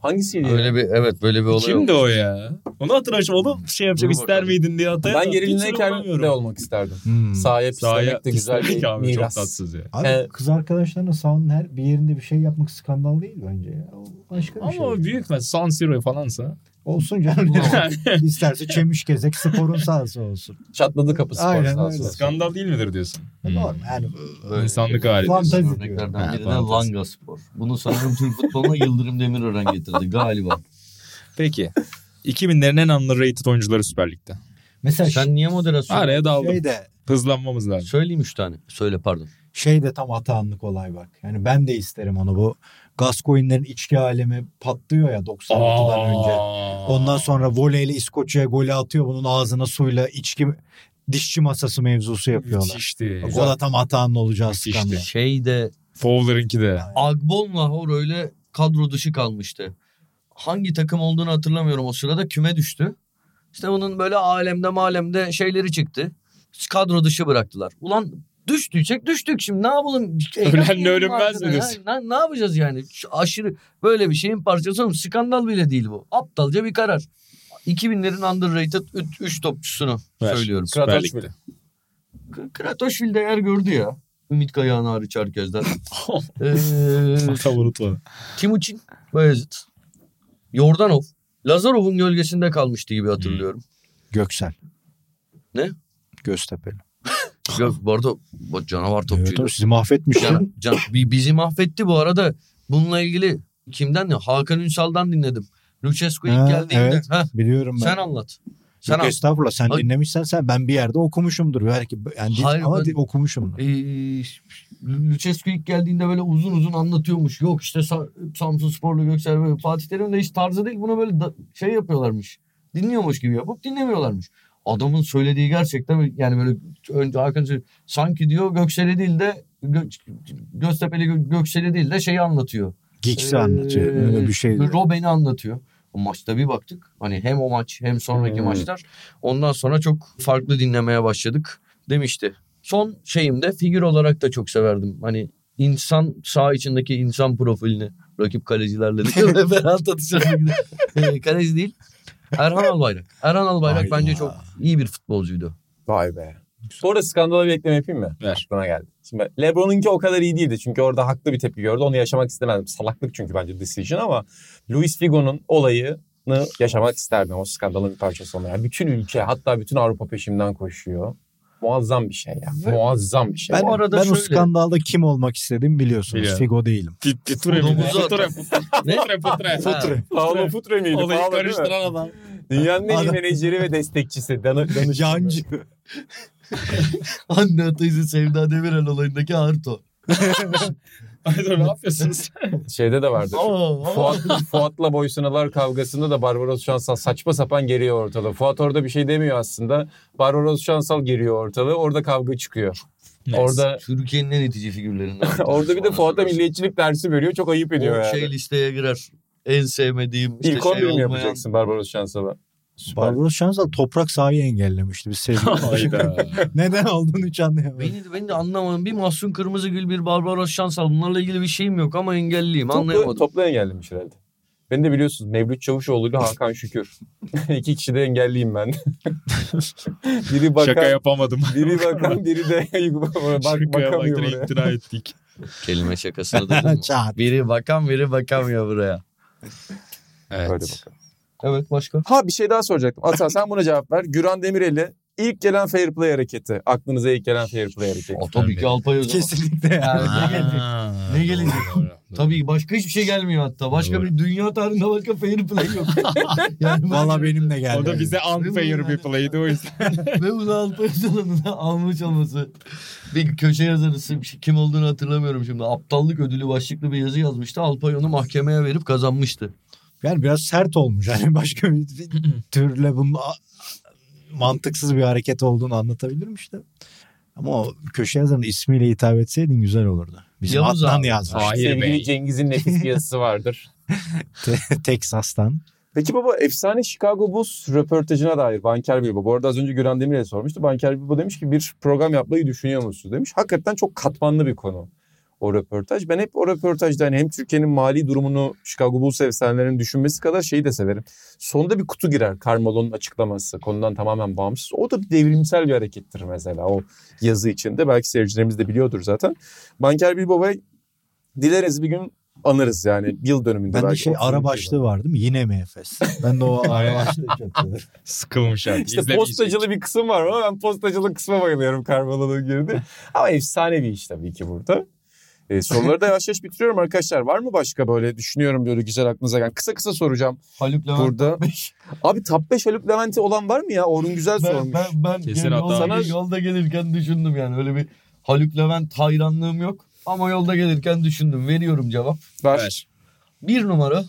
Speaker 2: Hangisiydi? ya?
Speaker 4: Öyle bir evet böyle bir olay
Speaker 5: Kimdi o ya? Onu hatırlamaya Onu şey yapacak
Speaker 4: Dur
Speaker 5: ister
Speaker 4: bakalım.
Speaker 5: miydin diye hataya
Speaker 2: Ben
Speaker 5: da hiç
Speaker 2: gerilinleyken
Speaker 5: hatırlamıyorum.
Speaker 2: de olmak isterdim.
Speaker 3: Hmm.
Speaker 2: Sahaya
Speaker 5: Sahaya
Speaker 2: pislemek de güzel
Speaker 5: pislemek
Speaker 2: bir
Speaker 5: abi,
Speaker 2: miras.
Speaker 5: Çok tatsız ya.
Speaker 3: Abi
Speaker 2: Evet.
Speaker 3: kız arkadaşlarına sahanın her bir yerinde bir şey yapmak skandal değil bence ya. O başka bir
Speaker 5: Ama
Speaker 3: şey.
Speaker 5: o büyük mesela San Siro falansa.
Speaker 3: Olsun canım. şey. İsterse çemiş gezek sporun sahası olsun.
Speaker 2: Çatladı kapısı.
Speaker 3: Aynen
Speaker 2: Aynen,
Speaker 3: öyle.
Speaker 5: Skandal değil midir diyorsun?
Speaker 3: Normal. Yani
Speaker 4: Böyle
Speaker 5: İnsanlık hali.
Speaker 3: Lan- Fantezi diyor.
Speaker 4: örneklerden
Speaker 5: Ha,
Speaker 4: biri de
Speaker 5: fantezi.
Speaker 4: Langa Spor. Bunu sanırım Türk futboluna Yıldırım Demirören getirdi galiba.
Speaker 5: Peki. 2000'lerin en underrated oyuncuları Süper Lig'de.
Speaker 3: mesela
Speaker 4: Sen niye moderasyon?
Speaker 5: Araya daldım.
Speaker 3: şey de
Speaker 5: Hızlanmamız lazım.
Speaker 4: Söyleyeyim üç tane. Söyle pardon.
Speaker 3: şey de tam atağanlık olay bak. Yani ben de isterim onu bu Gascoigne'lerin içki alemi patlıyor ya 96'dan önce. Ondan sonra voleyle İskoçya'ya golü atıyor. Bunun ağzına suyla içki dişçi masası mevzusu yapıyorlar.
Speaker 5: Müthişti.
Speaker 3: O da tam atağın olacağı
Speaker 5: Müthişti.
Speaker 3: skandal.
Speaker 4: Şey de
Speaker 5: Fowler'ınki de.
Speaker 4: Agbon Lahore öyle kadro dışı kalmıştı. Hangi takım olduğunu hatırlamıyorum o sırada küme düştü. İşte bunun böyle alemde malemde şeyleri çıktı. Kadro dışı bıraktılar. Ulan düştüysek düştük şimdi ne yapalım?
Speaker 5: Ölenle ölünmez mi
Speaker 4: Arkada,
Speaker 5: diyorsun?
Speaker 4: ha, Ne, ne yapacağız yani? Şu aşırı böyle bir şeyin parçası oğlum. Skandal bile değil bu. Aptalca bir karar. 2000'lerin underrated 3 topçusunu
Speaker 5: Ver.
Speaker 4: söylüyorum.
Speaker 5: Süper
Speaker 2: Kratoş
Speaker 5: Lig'de.
Speaker 4: K- Kratoşvil de yer gördü ya. Ümit Kayağan hariç herkesten. ee,
Speaker 5: Tam unutmadım.
Speaker 4: Timuçin, Bayezid, Yordanov. Lazarov'un gölgesinde kalmıştı gibi hatırlıyorum.
Speaker 3: Göksel.
Speaker 4: Ne?
Speaker 3: Göztepe'li.
Speaker 4: Ya bu arada bu canavar
Speaker 3: Hmm. Evet,
Speaker 4: topçuydu.
Speaker 3: oğlum, sizi mahvetmiş. ya.
Speaker 4: Can, can, bi- bizi mahvetti bu arada. Bununla ilgili kimden ne? Hakan Ünsal'dan dinledim. Lucescu ilk
Speaker 3: Ha,
Speaker 4: geldiğinde.
Speaker 3: evet.
Speaker 4: Heh,
Speaker 3: Biliyorum ben.
Speaker 4: sen anlat. Sen
Speaker 3: Yok,
Speaker 4: anlat.
Speaker 3: estağfurullah sen
Speaker 4: Hayır.
Speaker 3: dinlemişsen sen ben bir yerde okumuşumdur belki yani din-
Speaker 4: Hayır,
Speaker 3: ama
Speaker 4: ben-
Speaker 3: di- okumuşumdur.
Speaker 4: Ee, E, Lucescu ilk geldiğinde böyle uzun uzun anlatıyormuş. Yok işte Sa- Samsun Sporlu Göksel böyle. Fatih Terim'in de hiç tarzı değil. Buna böyle da- şey yapıyorlarmış. Dinliyormuş gibi yapıp dinlemiyorlarmış. Adamın söylediği gerçekten yani böyle önce Hakan Sö- sanki diyor Göksel'i değil de Gö- Göztepe'li Gö- Göksel'i değil de şeyi anlatıyor.
Speaker 3: Giggs'i
Speaker 4: Ee,
Speaker 3: anlatıyor. Öyle bir şey.
Speaker 4: Robben'i anlatıyor. maçta bir baktık. Hani hem o maç hem sonraki
Speaker 2: Hmm.
Speaker 4: maçlar. Ondan sonra çok farklı dinlemeye başladık demişti. Son şeyimde figür olarak da çok severdim. Hani insan sağ içindeki insan profilini rakip kalecilerle de Ferhat Atışan'ın gibi. Ee, kaleci değil. Erhan Albayrak. Erhan Albayrak
Speaker 3: Hayda.
Speaker 4: bence çok iyi bir futbolcuydu.
Speaker 2: Vay be. Bu arada skandala bir ekleme yapayım mı?
Speaker 5: Ver.
Speaker 2: Aklıma geldi. Şimdi Lebron'unki o kadar iyi değildi. Çünkü orada haklı bir tepki gördü. Onu yaşamak istemezdim. Salaklık çünkü bence decision ama Luis Figo'nun olayını yaşamak isterdim. O skandalın bir parçası olmaya. Bütün ülke hatta bütün Avrupa peşimden koşuyor. Muazzam bir şey ya. Muazzam bir şey.
Speaker 3: Ben,
Speaker 4: Bu arada
Speaker 3: ben o
Speaker 4: şöyle-
Speaker 3: skandalda kim olmak istedim biliyorsunuz.
Speaker 5: Biliyorum.
Speaker 3: Figo değilim.
Speaker 5: Fitre mi?
Speaker 4: Domuzu
Speaker 5: Fitre,
Speaker 4: atar. Ne?
Speaker 5: fitre, fitre.
Speaker 4: Ha,
Speaker 2: Paolo Futre miydi?
Speaker 5: Olayı
Speaker 2: Paolo değil mi?
Speaker 5: karıştıran adam.
Speaker 2: Dünyanın en iyi
Speaker 3: Adam-
Speaker 2: menajeri ve destekçisi. Dan
Speaker 3: Yancı.
Speaker 4: Anne atayızı Sevda Demirel olayındaki Arto.
Speaker 5: Hayda ne yapıyorsunuz?
Speaker 2: Şeyde de vardı.
Speaker 4: Aa, aa.
Speaker 2: Fuat, Fuat'la boysunalar kavgasında da Barbaros Şansal saçma sapan geliyor ortalığı. Fuat orada bir şey demiyor aslında. Barbaros Şansal geliyor ortalığı. Orada kavga çıkıyor. Orada
Speaker 4: Türkiye'nin en itici figürlerinden.
Speaker 2: orada bir de
Speaker 4: Bana
Speaker 2: Fuat'a
Speaker 4: sorarsın.
Speaker 2: milliyetçilik dersi veriyor. Çok ayıp ediyor
Speaker 4: O
Speaker 2: yani.
Speaker 4: şey listeye girer. En sevmediğim işte
Speaker 2: İlk
Speaker 4: şey
Speaker 2: 11 mi
Speaker 4: olmayan.
Speaker 2: yapacaksın Barbaros Şansal'a? Süper.
Speaker 3: Barbaros Şansal toprak sahayı engellemişti. Biz sevgili.
Speaker 5: Hayda.
Speaker 3: Neden aldığını hiç anlayamadım.
Speaker 4: Beni de, beni de anlamadım. Bir Mahsun Kırmızıgül, bir Barbaros Şansal. Bunlarla ilgili bir şeyim yok ama engelliyim.
Speaker 2: Topla,
Speaker 4: Anlayamadım.
Speaker 2: toplayan gelmiş herhalde. Beni de biliyorsunuz Mevlüt Çavuşoğlu ile Hakan Şükür. İki kişi de engelliyim ben. biri
Speaker 5: Şaka
Speaker 2: bakan,
Speaker 5: yapamadım.
Speaker 2: biri bakan, biri de bak,
Speaker 5: Şakaya bak
Speaker 2: bakamıyor.
Speaker 5: direkt
Speaker 2: oraya.
Speaker 5: iktira ettik.
Speaker 4: Kelime şakasına da
Speaker 3: Çat.
Speaker 4: Biri bakan biri bakamıyor buraya.
Speaker 2: Öyle
Speaker 5: Evet.
Speaker 2: bakalım.
Speaker 4: Evet başka.
Speaker 2: Ha bir şey daha soracaktım. Ata sen buna cevap ver. Güran Demirel'i ilk gelen fair play hareketi. Aklınıza ilk gelen fair play hareketi.
Speaker 4: O tabii ki Alpay Özdemir.
Speaker 3: Kesinlikle yani.
Speaker 5: Aa,
Speaker 4: Ne gelecek?
Speaker 5: doğru, doğru, doğru.
Speaker 4: Tabii ki başka hiçbir şey gelmiyor hatta. Başka
Speaker 5: Doğru.
Speaker 4: bir dünya tarihinde başka fair play yok. yani
Speaker 3: Valla benimle geldi.
Speaker 5: O da bize unfair bir play'di o yüzden.
Speaker 4: Ve bunu Alpay Özdemir da almış olması. Bir köşe yazarısı kim olduğunu hatırlamıyorum şimdi. Aptallık ödülü başlıklı bir yazı yazmıştı. Alpay onu mahkemeye verip kazanmıştı.
Speaker 3: Yani biraz sert olmuş. Yani başka bir bir türle bunun a- mantıksız bir hareket olduğunu anlatabilirim işte. Ama o köşe yazarının ismiyle hitap etseydin güzel olurdu. Bizim
Speaker 4: Yavuz
Speaker 3: Adnan
Speaker 4: abi.
Speaker 3: yazmış.
Speaker 5: Hayır
Speaker 2: Sevgili
Speaker 5: bey.
Speaker 2: Cengiz'in nefis bir yazısı vardır.
Speaker 3: Texas'tan.
Speaker 2: Peki baba efsane Chicago Bulls röportajına dair Banker Bilbo. Bu arada az önce Güran Demirel'e sormuştu. Banker Bilbo demiş ki bir program yapmayı düşünüyor musunuz demiş. Hakikaten çok katmanlı bir konu o röportaj. Ben hep o röportajda hani hem Türkiye'nin mali durumunu Chicago Bulls efsanelerinin düşünmesi kadar şeyi de severim. Sonda bir kutu girer Carmelo'nun açıklaması konudan tamamen bağımsız. O da bir devrimsel bir harekettir mesela o yazı içinde. Belki seyircilerimiz de biliyordur zaten. Banker Bilbo'yu dileriz bir gün anarız yani yıl dönümünde.
Speaker 3: Ben de
Speaker 2: belki.
Speaker 3: şey ara
Speaker 2: 32
Speaker 3: başlığı var değil mi? Yine mi Efes? Ben de o ara başlığı çok severim.
Speaker 5: Sıkılmış abi.
Speaker 2: İşte
Speaker 5: İzlemeyecek.
Speaker 2: postacılı bir kısım var ama ben postacılı kısma bayılıyorum Carmelo'nun girdi. ama efsane bir iş tabii ki burada. Ee, soruları da yavaş yavaş bitiriyorum arkadaşlar. Var mı başka böyle düşünüyorum böyle güzel aklınıza gelen. Kısa kısa soracağım
Speaker 4: Haluk Levent
Speaker 2: burada. Abi top 5 Haluk Levent'i olan var mı ya? Orun Güzel sormuş.
Speaker 4: ben, ben, ben
Speaker 5: Kesin
Speaker 4: yani
Speaker 5: hata.
Speaker 4: yolda,
Speaker 2: Sana-
Speaker 4: yolda gelirken düşündüm yani öyle bir Haluk Levent hayranlığım yok ama yolda gelirken düşündüm veriyorum cevap.
Speaker 2: Ver.
Speaker 5: Ver.
Speaker 4: Bir numara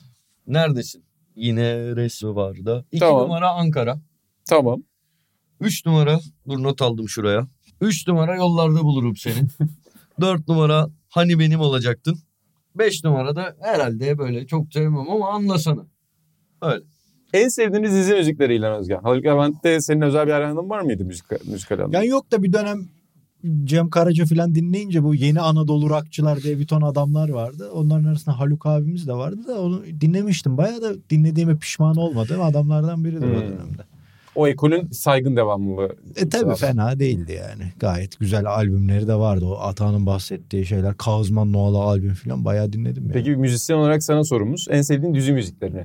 Speaker 4: neredesin? Yine resmi vardı. İki
Speaker 2: Tamam.
Speaker 4: numara Ankara.
Speaker 2: Tamam.
Speaker 4: Üç numara dur not aldım şuraya. Üç numara yollarda bulurum seni. Dört numara hani benim olacaktın. Beş numara da herhalde böyle çok sevmem ama anlasana.
Speaker 2: En sevdiğiniz dizi müzikleri İlhan Özgen. Haluk Levent'te senin özel bir hayranlığın var mıydı müzik, müzikal anlamda?
Speaker 3: Yani yok da bir dönem Cem Karaca falan dinleyince bu yeni Anadolu rockçılar diye bir ton adamlar vardı. Onların arasında Haluk abimiz de vardı da onu dinlemiştim. Bayağı da dinlediğime pişman olmadığım adamlardan biri de o
Speaker 2: Hmm.
Speaker 3: dönemde.
Speaker 2: O ekolün saygın devamlılığı.
Speaker 3: E tabii
Speaker 2: Tamam.
Speaker 3: fena değildi yani. Gayet güzel albümleri de vardı. O Ata'nın bahsettiği şeyler. Kazman Noala albüm falan bayağı dinledim yani.
Speaker 2: Peki bir müzisyen olarak sana sorumuz. En sevdiğin dizi müziklerini.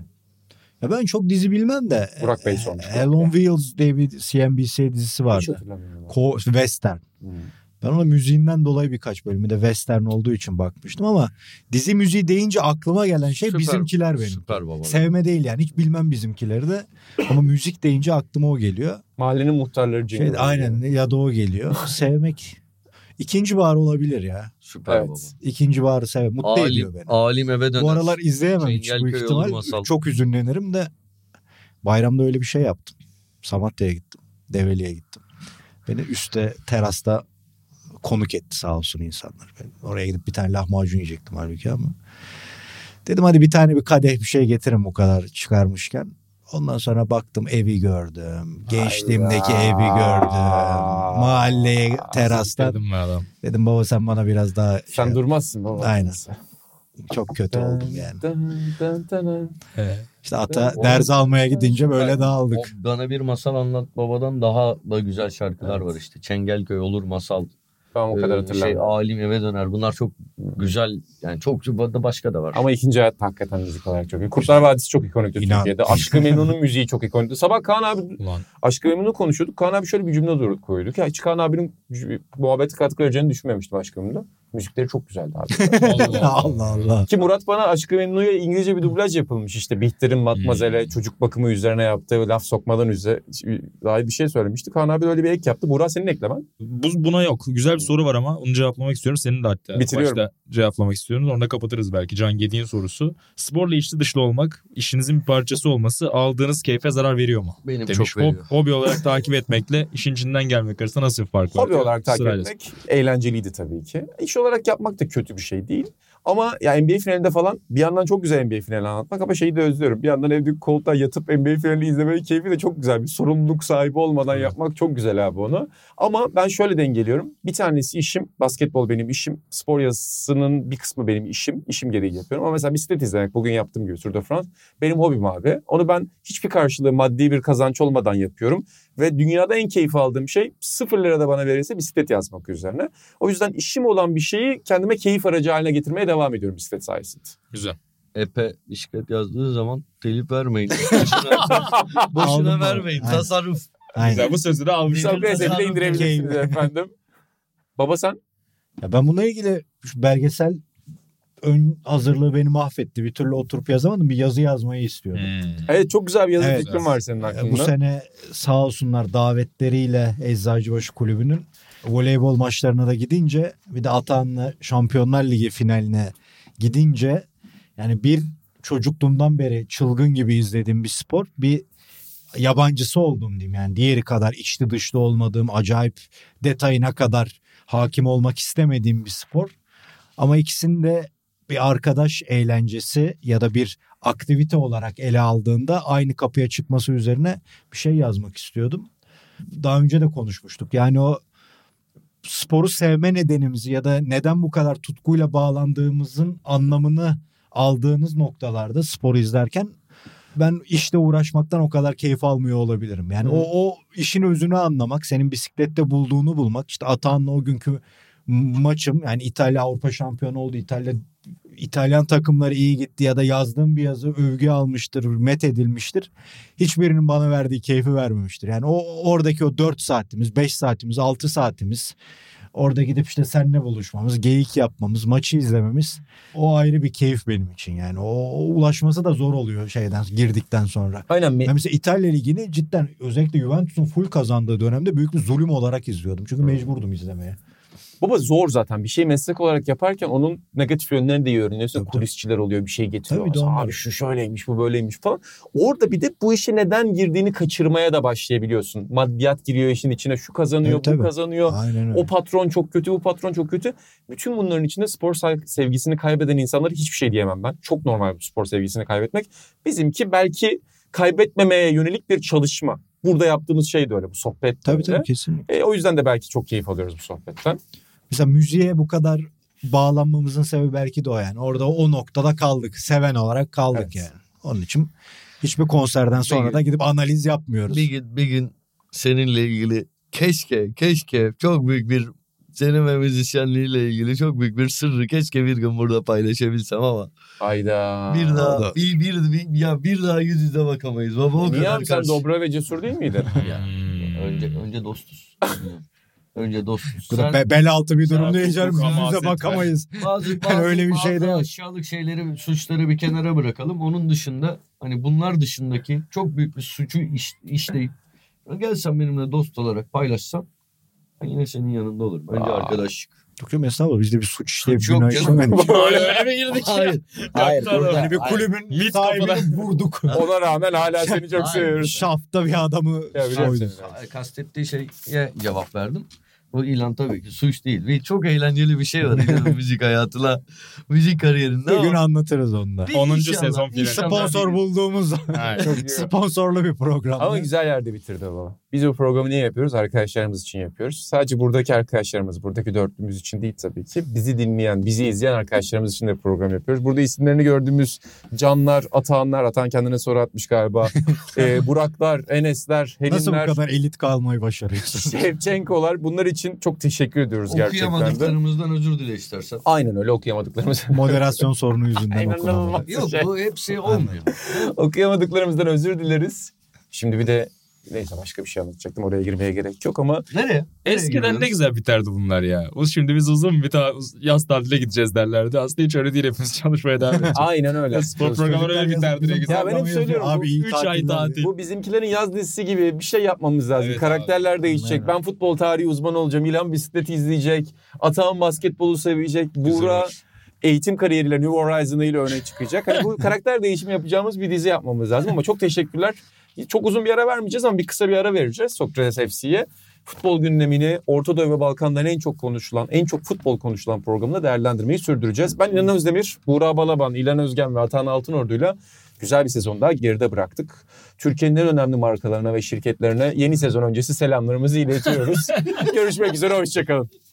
Speaker 3: Ya ben çok dizi bilmem de.
Speaker 2: Burak Bey
Speaker 3: e,
Speaker 2: sormuş.
Speaker 3: Hell on Wheels diye bir CNBC dizisi
Speaker 2: Hiç
Speaker 3: vardı.
Speaker 2: hatırlamıyorum.
Speaker 3: Ko- Western.
Speaker 2: Hmm.
Speaker 3: Ben ona müziğinden dolayı birkaç bölümü de western olduğu için bakmıştım ama dizi müziği deyince aklıma gelen şey
Speaker 4: Süper.
Speaker 3: bizimkiler benim.
Speaker 4: Süper baba.
Speaker 3: Sevme değil yani hiç bilmem bizimkileri de ama müzik deyince aklıma o geliyor.
Speaker 2: Mahallenin muhtarları.
Speaker 3: Şey,
Speaker 2: Jingle.
Speaker 3: aynen ya da o geliyor. Sevmek ikinci bahar olabilir ya.
Speaker 4: Süper
Speaker 2: Evet.
Speaker 4: baba.
Speaker 3: İkinci baharı sev mutlu ediyor
Speaker 4: Alim,
Speaker 3: beni.
Speaker 4: alim eve döner.
Speaker 3: Bu aralar izleyemem hiç
Speaker 4: Çengelköy
Speaker 3: büyük
Speaker 4: yolu
Speaker 3: ihtimal.
Speaker 4: masal.
Speaker 3: Çok üzünlenirim de bayramda öyle bir şey yaptım. Samatya'ya gittim. Develi'ye gittim. Beni üstte terasta konuk etti sağ olsun insanlar. Ben oraya gidip bir tane lahmacun yiyecektim halbuki ama. Dedim hadi bir tane bir kadeh bir şey getirin bu kadar çıkarmışken. Ondan sonra baktım evi gördüm. Gençliğimdeki evi gördüm. Mahalleye terasta.
Speaker 5: Dedim ben adam.
Speaker 3: Dedim baba sen bana biraz daha
Speaker 2: Sen
Speaker 3: şey-
Speaker 2: durmazsın baba.
Speaker 3: Aynen. çok kötü oldum yani.
Speaker 5: Ee,
Speaker 3: İşte ata
Speaker 4: Ben-
Speaker 3: ders almaya gidince böyle
Speaker 4: Ben-
Speaker 3: dağıldık.
Speaker 4: O Bana bir masal anlat babadan daha da güzel şarkılar
Speaker 2: Evet.
Speaker 4: var işte. Çengelköy olur masal.
Speaker 2: Tamam o kadar
Speaker 4: Ee, Şey,
Speaker 2: hatırlamıyorum.
Speaker 4: alim eve döner. Bunlar çok güzel. Yani çok başka da var.
Speaker 2: Ama ikinci hayat da hakikaten müzik olarak
Speaker 3: Şey,
Speaker 2: çok iyi. Kurtlar Vadisi çok ikonikti
Speaker 3: İnan.
Speaker 2: Türkiye'de. Aşkı Memnun'un müziği çok ikonikti. Sabah Kaan abi
Speaker 5: ulan
Speaker 2: Aşkı Memnun'u konuşuyorduk. Kaan abi şöyle bir cümle doğru koyduk. Ya hiç Kaan abinin c- muhabbeti katkı vereceğini düşünmemiştim Aşkı Memnun'da. Müzikleri çok güzeldi abi.
Speaker 3: Allah Allah.
Speaker 2: Ki Murat bana Aşkı Memnu'ya İngilizce bir dublaj yapılmış işte. Bihter'in
Speaker 3: Hmm.
Speaker 2: Matmazel'e çocuk bakımı üzerine yaptığı laf sokmadan üzerine dair bir şey söylemişti. Kaan abi de öyle bir ek yaptı. Burak senin eklemen.
Speaker 5: Bu, buna yok. Güzel bir soru var ama onu cevaplamak istiyorum. Senin de hatta
Speaker 2: Hmm. Bitiriyorum.
Speaker 5: başta cevaplamak istiyorum. Onu da kapatırız belki. Can Gedik'in sorusu. Sporla içli dışlı olmak, işinizin bir parçası olması aldığınız keyfe zarar veriyor mu?
Speaker 4: Benim
Speaker 5: Demiş.
Speaker 4: çok veriyor.
Speaker 5: Hob- hobi olarak takip etmekle işin içinden gelmek arasında nasıl bir fark var?
Speaker 2: Hobi olarak takip
Speaker 5: Sırayla.
Speaker 2: etmek eğlenceliydi tabii ki. İş olarak yapmak da kötü bir şey değil. Ama ya NBA finalinde falan bir yandan çok güzel NBA finali anlatmak ama şeyi de özlüyorum. Bir yandan evde koltuğa yatıp NBA finalini izlemenin keyfi de çok güzel. Bir sorumluluk sahibi olmadan
Speaker 5: Evet.
Speaker 2: yapmak çok güzel abi onu. Ama ben şöyle dengeliyorum. Bir tanesi işim, basketbol benim işim. Spor yazısının bir kısmı benim işim. İşim gereği yapıyorum. Ama mesela bisiklet izlemek bugün yaptığım gibi Tour de France benim hobim abi. Onu ben hiçbir karşılığı maddi bir kazanç olmadan yapıyorum. Ve dünyada en keyif aldığım şey sıfır lira da bana verirse bisiklet yazmak üzerine. O yüzden işim olan bir şeyi kendime keyif aracı haline getirmeye devam ediyorum bisiklet sayesinde.
Speaker 5: Güzel.
Speaker 4: Epe bisiklet yazdığı zaman telif vermeyin. Boşuna,
Speaker 3: Aldım
Speaker 4: boşuna
Speaker 3: ben.
Speaker 4: vermeyin.
Speaker 3: Aynen.
Speaker 4: tasarruf.
Speaker 3: Aynen.
Speaker 5: Güzel. Bu sözü de almış.
Speaker 4: Güzel.
Speaker 2: Sabri Eser'i de indirebilirsiniz efendim. Baba sen?
Speaker 3: Ya ben bununla ilgili şu belgesel ön hazırlığı beni mahvetti. Bir türlü oturup yazamadım. Bir yazı yazmayı istiyordum.
Speaker 2: Evet çok güzel bir yazı
Speaker 3: Evet.
Speaker 2: fikrin var senin aklında.
Speaker 3: E, Bu sene sağ olsunlar davetleriyle Eczacıbaşı Kulübü'nün voleybol maçlarına da gidince bir de Atanlı Şampiyonlar Ligi finaline gidince yani bir çocukluğumdan beri çılgın gibi izlediğim bir spor bir yabancısı oldum diyeyim yani diğeri kadar içli dışlı olmadığım acayip detayına kadar hakim olmak istemediğim bir spor ama ikisinde bir arkadaş eğlencesi ya da bir aktivite olarak ele aldığında aynı kapıya çıkması üzerine bir şey yazmak istiyordum. Daha önce de konuşmuştuk. Yani o sporu sevme nedenimizi ya da neden bu kadar tutkuyla bağlandığımızın anlamını aldığınız noktalarda sporu izlerken ben işte uğraşmaktan o kadar keyif almıyor olabilirim. Yani o, o işin özünü anlamak, senin bisiklette bulduğunu bulmak. işte Atahan'la o günkü maçım yani İtalya Avrupa şampiyonu oldu. İtalya İtalyan takımları iyi gitti ya da yazdığım bir yazı övgü almıştır, met edilmiştir. Hiçbirinin bana verdiği keyfi vermemiştir. Yani o oradaki o 4 saatimiz, 5 saatimiz, 6 saatimiz orada gidip işte seninle buluşmamız, geyik yapmamız, maçı izlememiz o ayrı bir keyif benim için. Yani o, o ulaşması da zor oluyor şeyden girdikten sonra.
Speaker 2: Aynen.
Speaker 3: Ben mesela İtalya Ligi'ni cidden özellikle Juventus'un full kazandığı dönemde büyük bir zulüm olarak izliyordum. Çünkü mecburdum izlemeye.
Speaker 2: Baba zor zaten. Bir şey meslek olarak yaparken onun negatif yönlerini de iyi öğreniyorsun.
Speaker 3: Tabii,
Speaker 2: Kulisçiler oluyor bir şey getiriyor.
Speaker 3: Tabii de onlar.
Speaker 2: Abi şu şöyleymiş bu böyleymiş falan. Orada bir de bu işe neden girdiğini kaçırmaya da başlayabiliyorsun. Maddiyat giriyor işin içine. Şu kazanıyor
Speaker 3: Tabii,
Speaker 2: bu
Speaker 3: tabii.
Speaker 2: kazanıyor.
Speaker 3: Aynen öyle.
Speaker 2: O patron çok kötü, bu patron çok kötü. Bütün bunların içinde spor sa- sevgisini kaybeden insanlara hiçbir şey diyemem ben. Çok normal bu spor sevgisini kaybetmek. Bizimki belki kaybetmemeye yönelik bir çalışma. Burada yaptığımız şey de öyle bu sohbet. de
Speaker 3: Tabii
Speaker 2: öyle.
Speaker 3: tabii kesinlikle.
Speaker 2: E, o yüzden de belki çok keyif alıyoruz bu sohbetten.
Speaker 3: Mesela müziğe bu kadar bağlanmamızın sebebi belki de o yani. Orada o noktada kaldık. Seven olarak kaldık
Speaker 2: Evet.
Speaker 3: yani. Onun için hiçbir konserden sonra
Speaker 4: Bir-
Speaker 3: da gidip analiz yapmıyoruz.
Speaker 4: Bir gün, bir gün seninle ilgili keşke keşke çok büyük bir senin ve müzisyenliğiyle ilgili çok büyük bir sırrı keşke bir gün burada paylaşabilsem ama
Speaker 2: Ayda.
Speaker 4: bir daha
Speaker 3: da-
Speaker 4: bir, bir, bir- ya bir daha yüz yüze bakamayız. Baba o
Speaker 2: Niye
Speaker 4: kadar
Speaker 2: abi sen
Speaker 4: karşı-
Speaker 2: dobra ve cesur değil miydin?
Speaker 5: Hmm.
Speaker 4: Önce önce dostuz. önce dostuz.
Speaker 3: Bu da be- bel altı bir durumda
Speaker 5: Sen-
Speaker 3: yaşarım.
Speaker 5: Çok
Speaker 3: Yüzümüze
Speaker 5: hamaset
Speaker 3: bakamayız.
Speaker 4: bazı,
Speaker 3: Ben
Speaker 4: bazı,
Speaker 3: öyle bir
Speaker 4: bazı
Speaker 3: şey demem.
Speaker 4: aşağılık şeyleri, suçları bir kenara bırakalım. Onun dışında hani bunlar dışındaki çok büyük bir suçu iş, işleyip gelsen benimle dost olarak paylaşsan ben yine senin yanında olurum. Önce
Speaker 2: Aa.
Speaker 4: arkadaşlık.
Speaker 3: Yok yok estağfurullah biz de bir suç işleyip
Speaker 4: Suç yok
Speaker 3: günah
Speaker 4: canım.
Speaker 3: işlemedik.
Speaker 5: Öyle mi girdik?
Speaker 4: Hayır. hayır.
Speaker 5: Kaptan
Speaker 4: burada-
Speaker 5: öyle
Speaker 3: Hani Bir
Speaker 4: hayır.
Speaker 3: kulübün
Speaker 5: Mit
Speaker 3: sahibini
Speaker 5: kapıda.
Speaker 3: vurduk.
Speaker 2: Ona rağmen hala seni çok
Speaker 4: Aynen.
Speaker 2: seviyoruz.
Speaker 3: Şafta bir adamı
Speaker 2: Ya biliyorum
Speaker 3: soyduk.
Speaker 2: seni.
Speaker 4: kastettiği şeye cevap verdim. O ilan tabii ki suç değil. Ve çok eğlenceli bir şey var inanın müzik hayatına, müzik kariyerinde.
Speaker 3: Bir gün
Speaker 4: ama-
Speaker 3: anlatırız onu da.
Speaker 4: Bir
Speaker 5: 10.
Speaker 4: inşallah,
Speaker 5: sezon finali.
Speaker 4: inşallah bir
Speaker 3: Sponsor
Speaker 4: gün.
Speaker 3: bulduğumuz zaman
Speaker 5: şey-
Speaker 3: sponsorlu bir program.
Speaker 2: Ama güzel yerde bitirdi baba. Biz bu programı niye yapıyoruz? Arkadaşlarımız için yapıyoruz. Sadece buradaki arkadaşlarımız, buradaki dörtlümüz için değil tabii ki. Bizi dinleyen, bizi izleyen arkadaşlarımız için de program yapıyoruz. Burada isimlerini gördüğümüz Canlar, Atahanlar, Atan kendine soru atmış galiba. Ee, Buraklar, Enesler,
Speaker 3: Nasıl bu
Speaker 2: Helinler,
Speaker 3: kadar elit kalmayı başarıyorsun?
Speaker 2: Şevçenkolar. Bunlar için çok teşekkür ediyoruz gerçekten de.
Speaker 4: Okuyamadıklarımızdan özür dile istersen.
Speaker 2: Aynen öyle okuyamadıklarımız.
Speaker 3: Moderasyon sorunu yüzünden
Speaker 2: Aynen
Speaker 3: okunamadı.
Speaker 2: öyle.
Speaker 4: Yok bu hepsi olmuyor.
Speaker 2: okuyamadıklarımızdan özür dileriz. Şimdi bir de neyse başka bir şey anlatacaktım. Oraya girmeye gerek yok ama
Speaker 4: Nereye?
Speaker 5: Eskiden ne güzel biterdi bunlar ya. O Şimdi biz uzun bir ta- yaz tatile gideceğiz derlerdi. Aslında hiç öyle değil hepimiz çalışmaya devam ediyoruz.
Speaker 2: aynen öyle.
Speaker 5: Spor programı öyle biterdi. ne güzel.
Speaker 2: Ya ben hep söylüyorum, bu
Speaker 3: Abi iyi
Speaker 5: üç ay
Speaker 3: tatiller
Speaker 5: tatil.
Speaker 3: diye.
Speaker 2: Bu bizimkilerin yaz dizisi gibi bir şey yapmamız lazım.
Speaker 5: Evet
Speaker 2: Karakterler değişecek.
Speaker 3: Aynen.
Speaker 2: Ben futbol tarihi uzmanı olacağım. İlhan bisikleti izleyecek. Atağım basketbolu sevecek. Buğra
Speaker 5: olur.
Speaker 2: eğitim kariyeriyle New Horizon'ı ile öne çıkacak. Hani bu karakter değişimi yapacağımız bir dizi yapmamız lazım ama çok teşekkürler. Çok uzun bir ara vermeyeceğiz ama bir kısa bir ara vereceğiz Sokrates FC'ye. Futbol gündemini Orta Doğu ve Balkanların en çok konuşulan, en çok futbol konuşulan programında değerlendirmeyi sürdüreceğiz. Ben İlhan Özdemir, Buğra Balaban, İlhan Özgen ve Atan Altınordu'yla güzel bir sezon daha geride bıraktık. Türkiye'nin en önemli markalarına ve şirketlerine yeni sezon öncesi selamlarımızı iletiyoruz. Görüşmek üzere, hoşçakalın.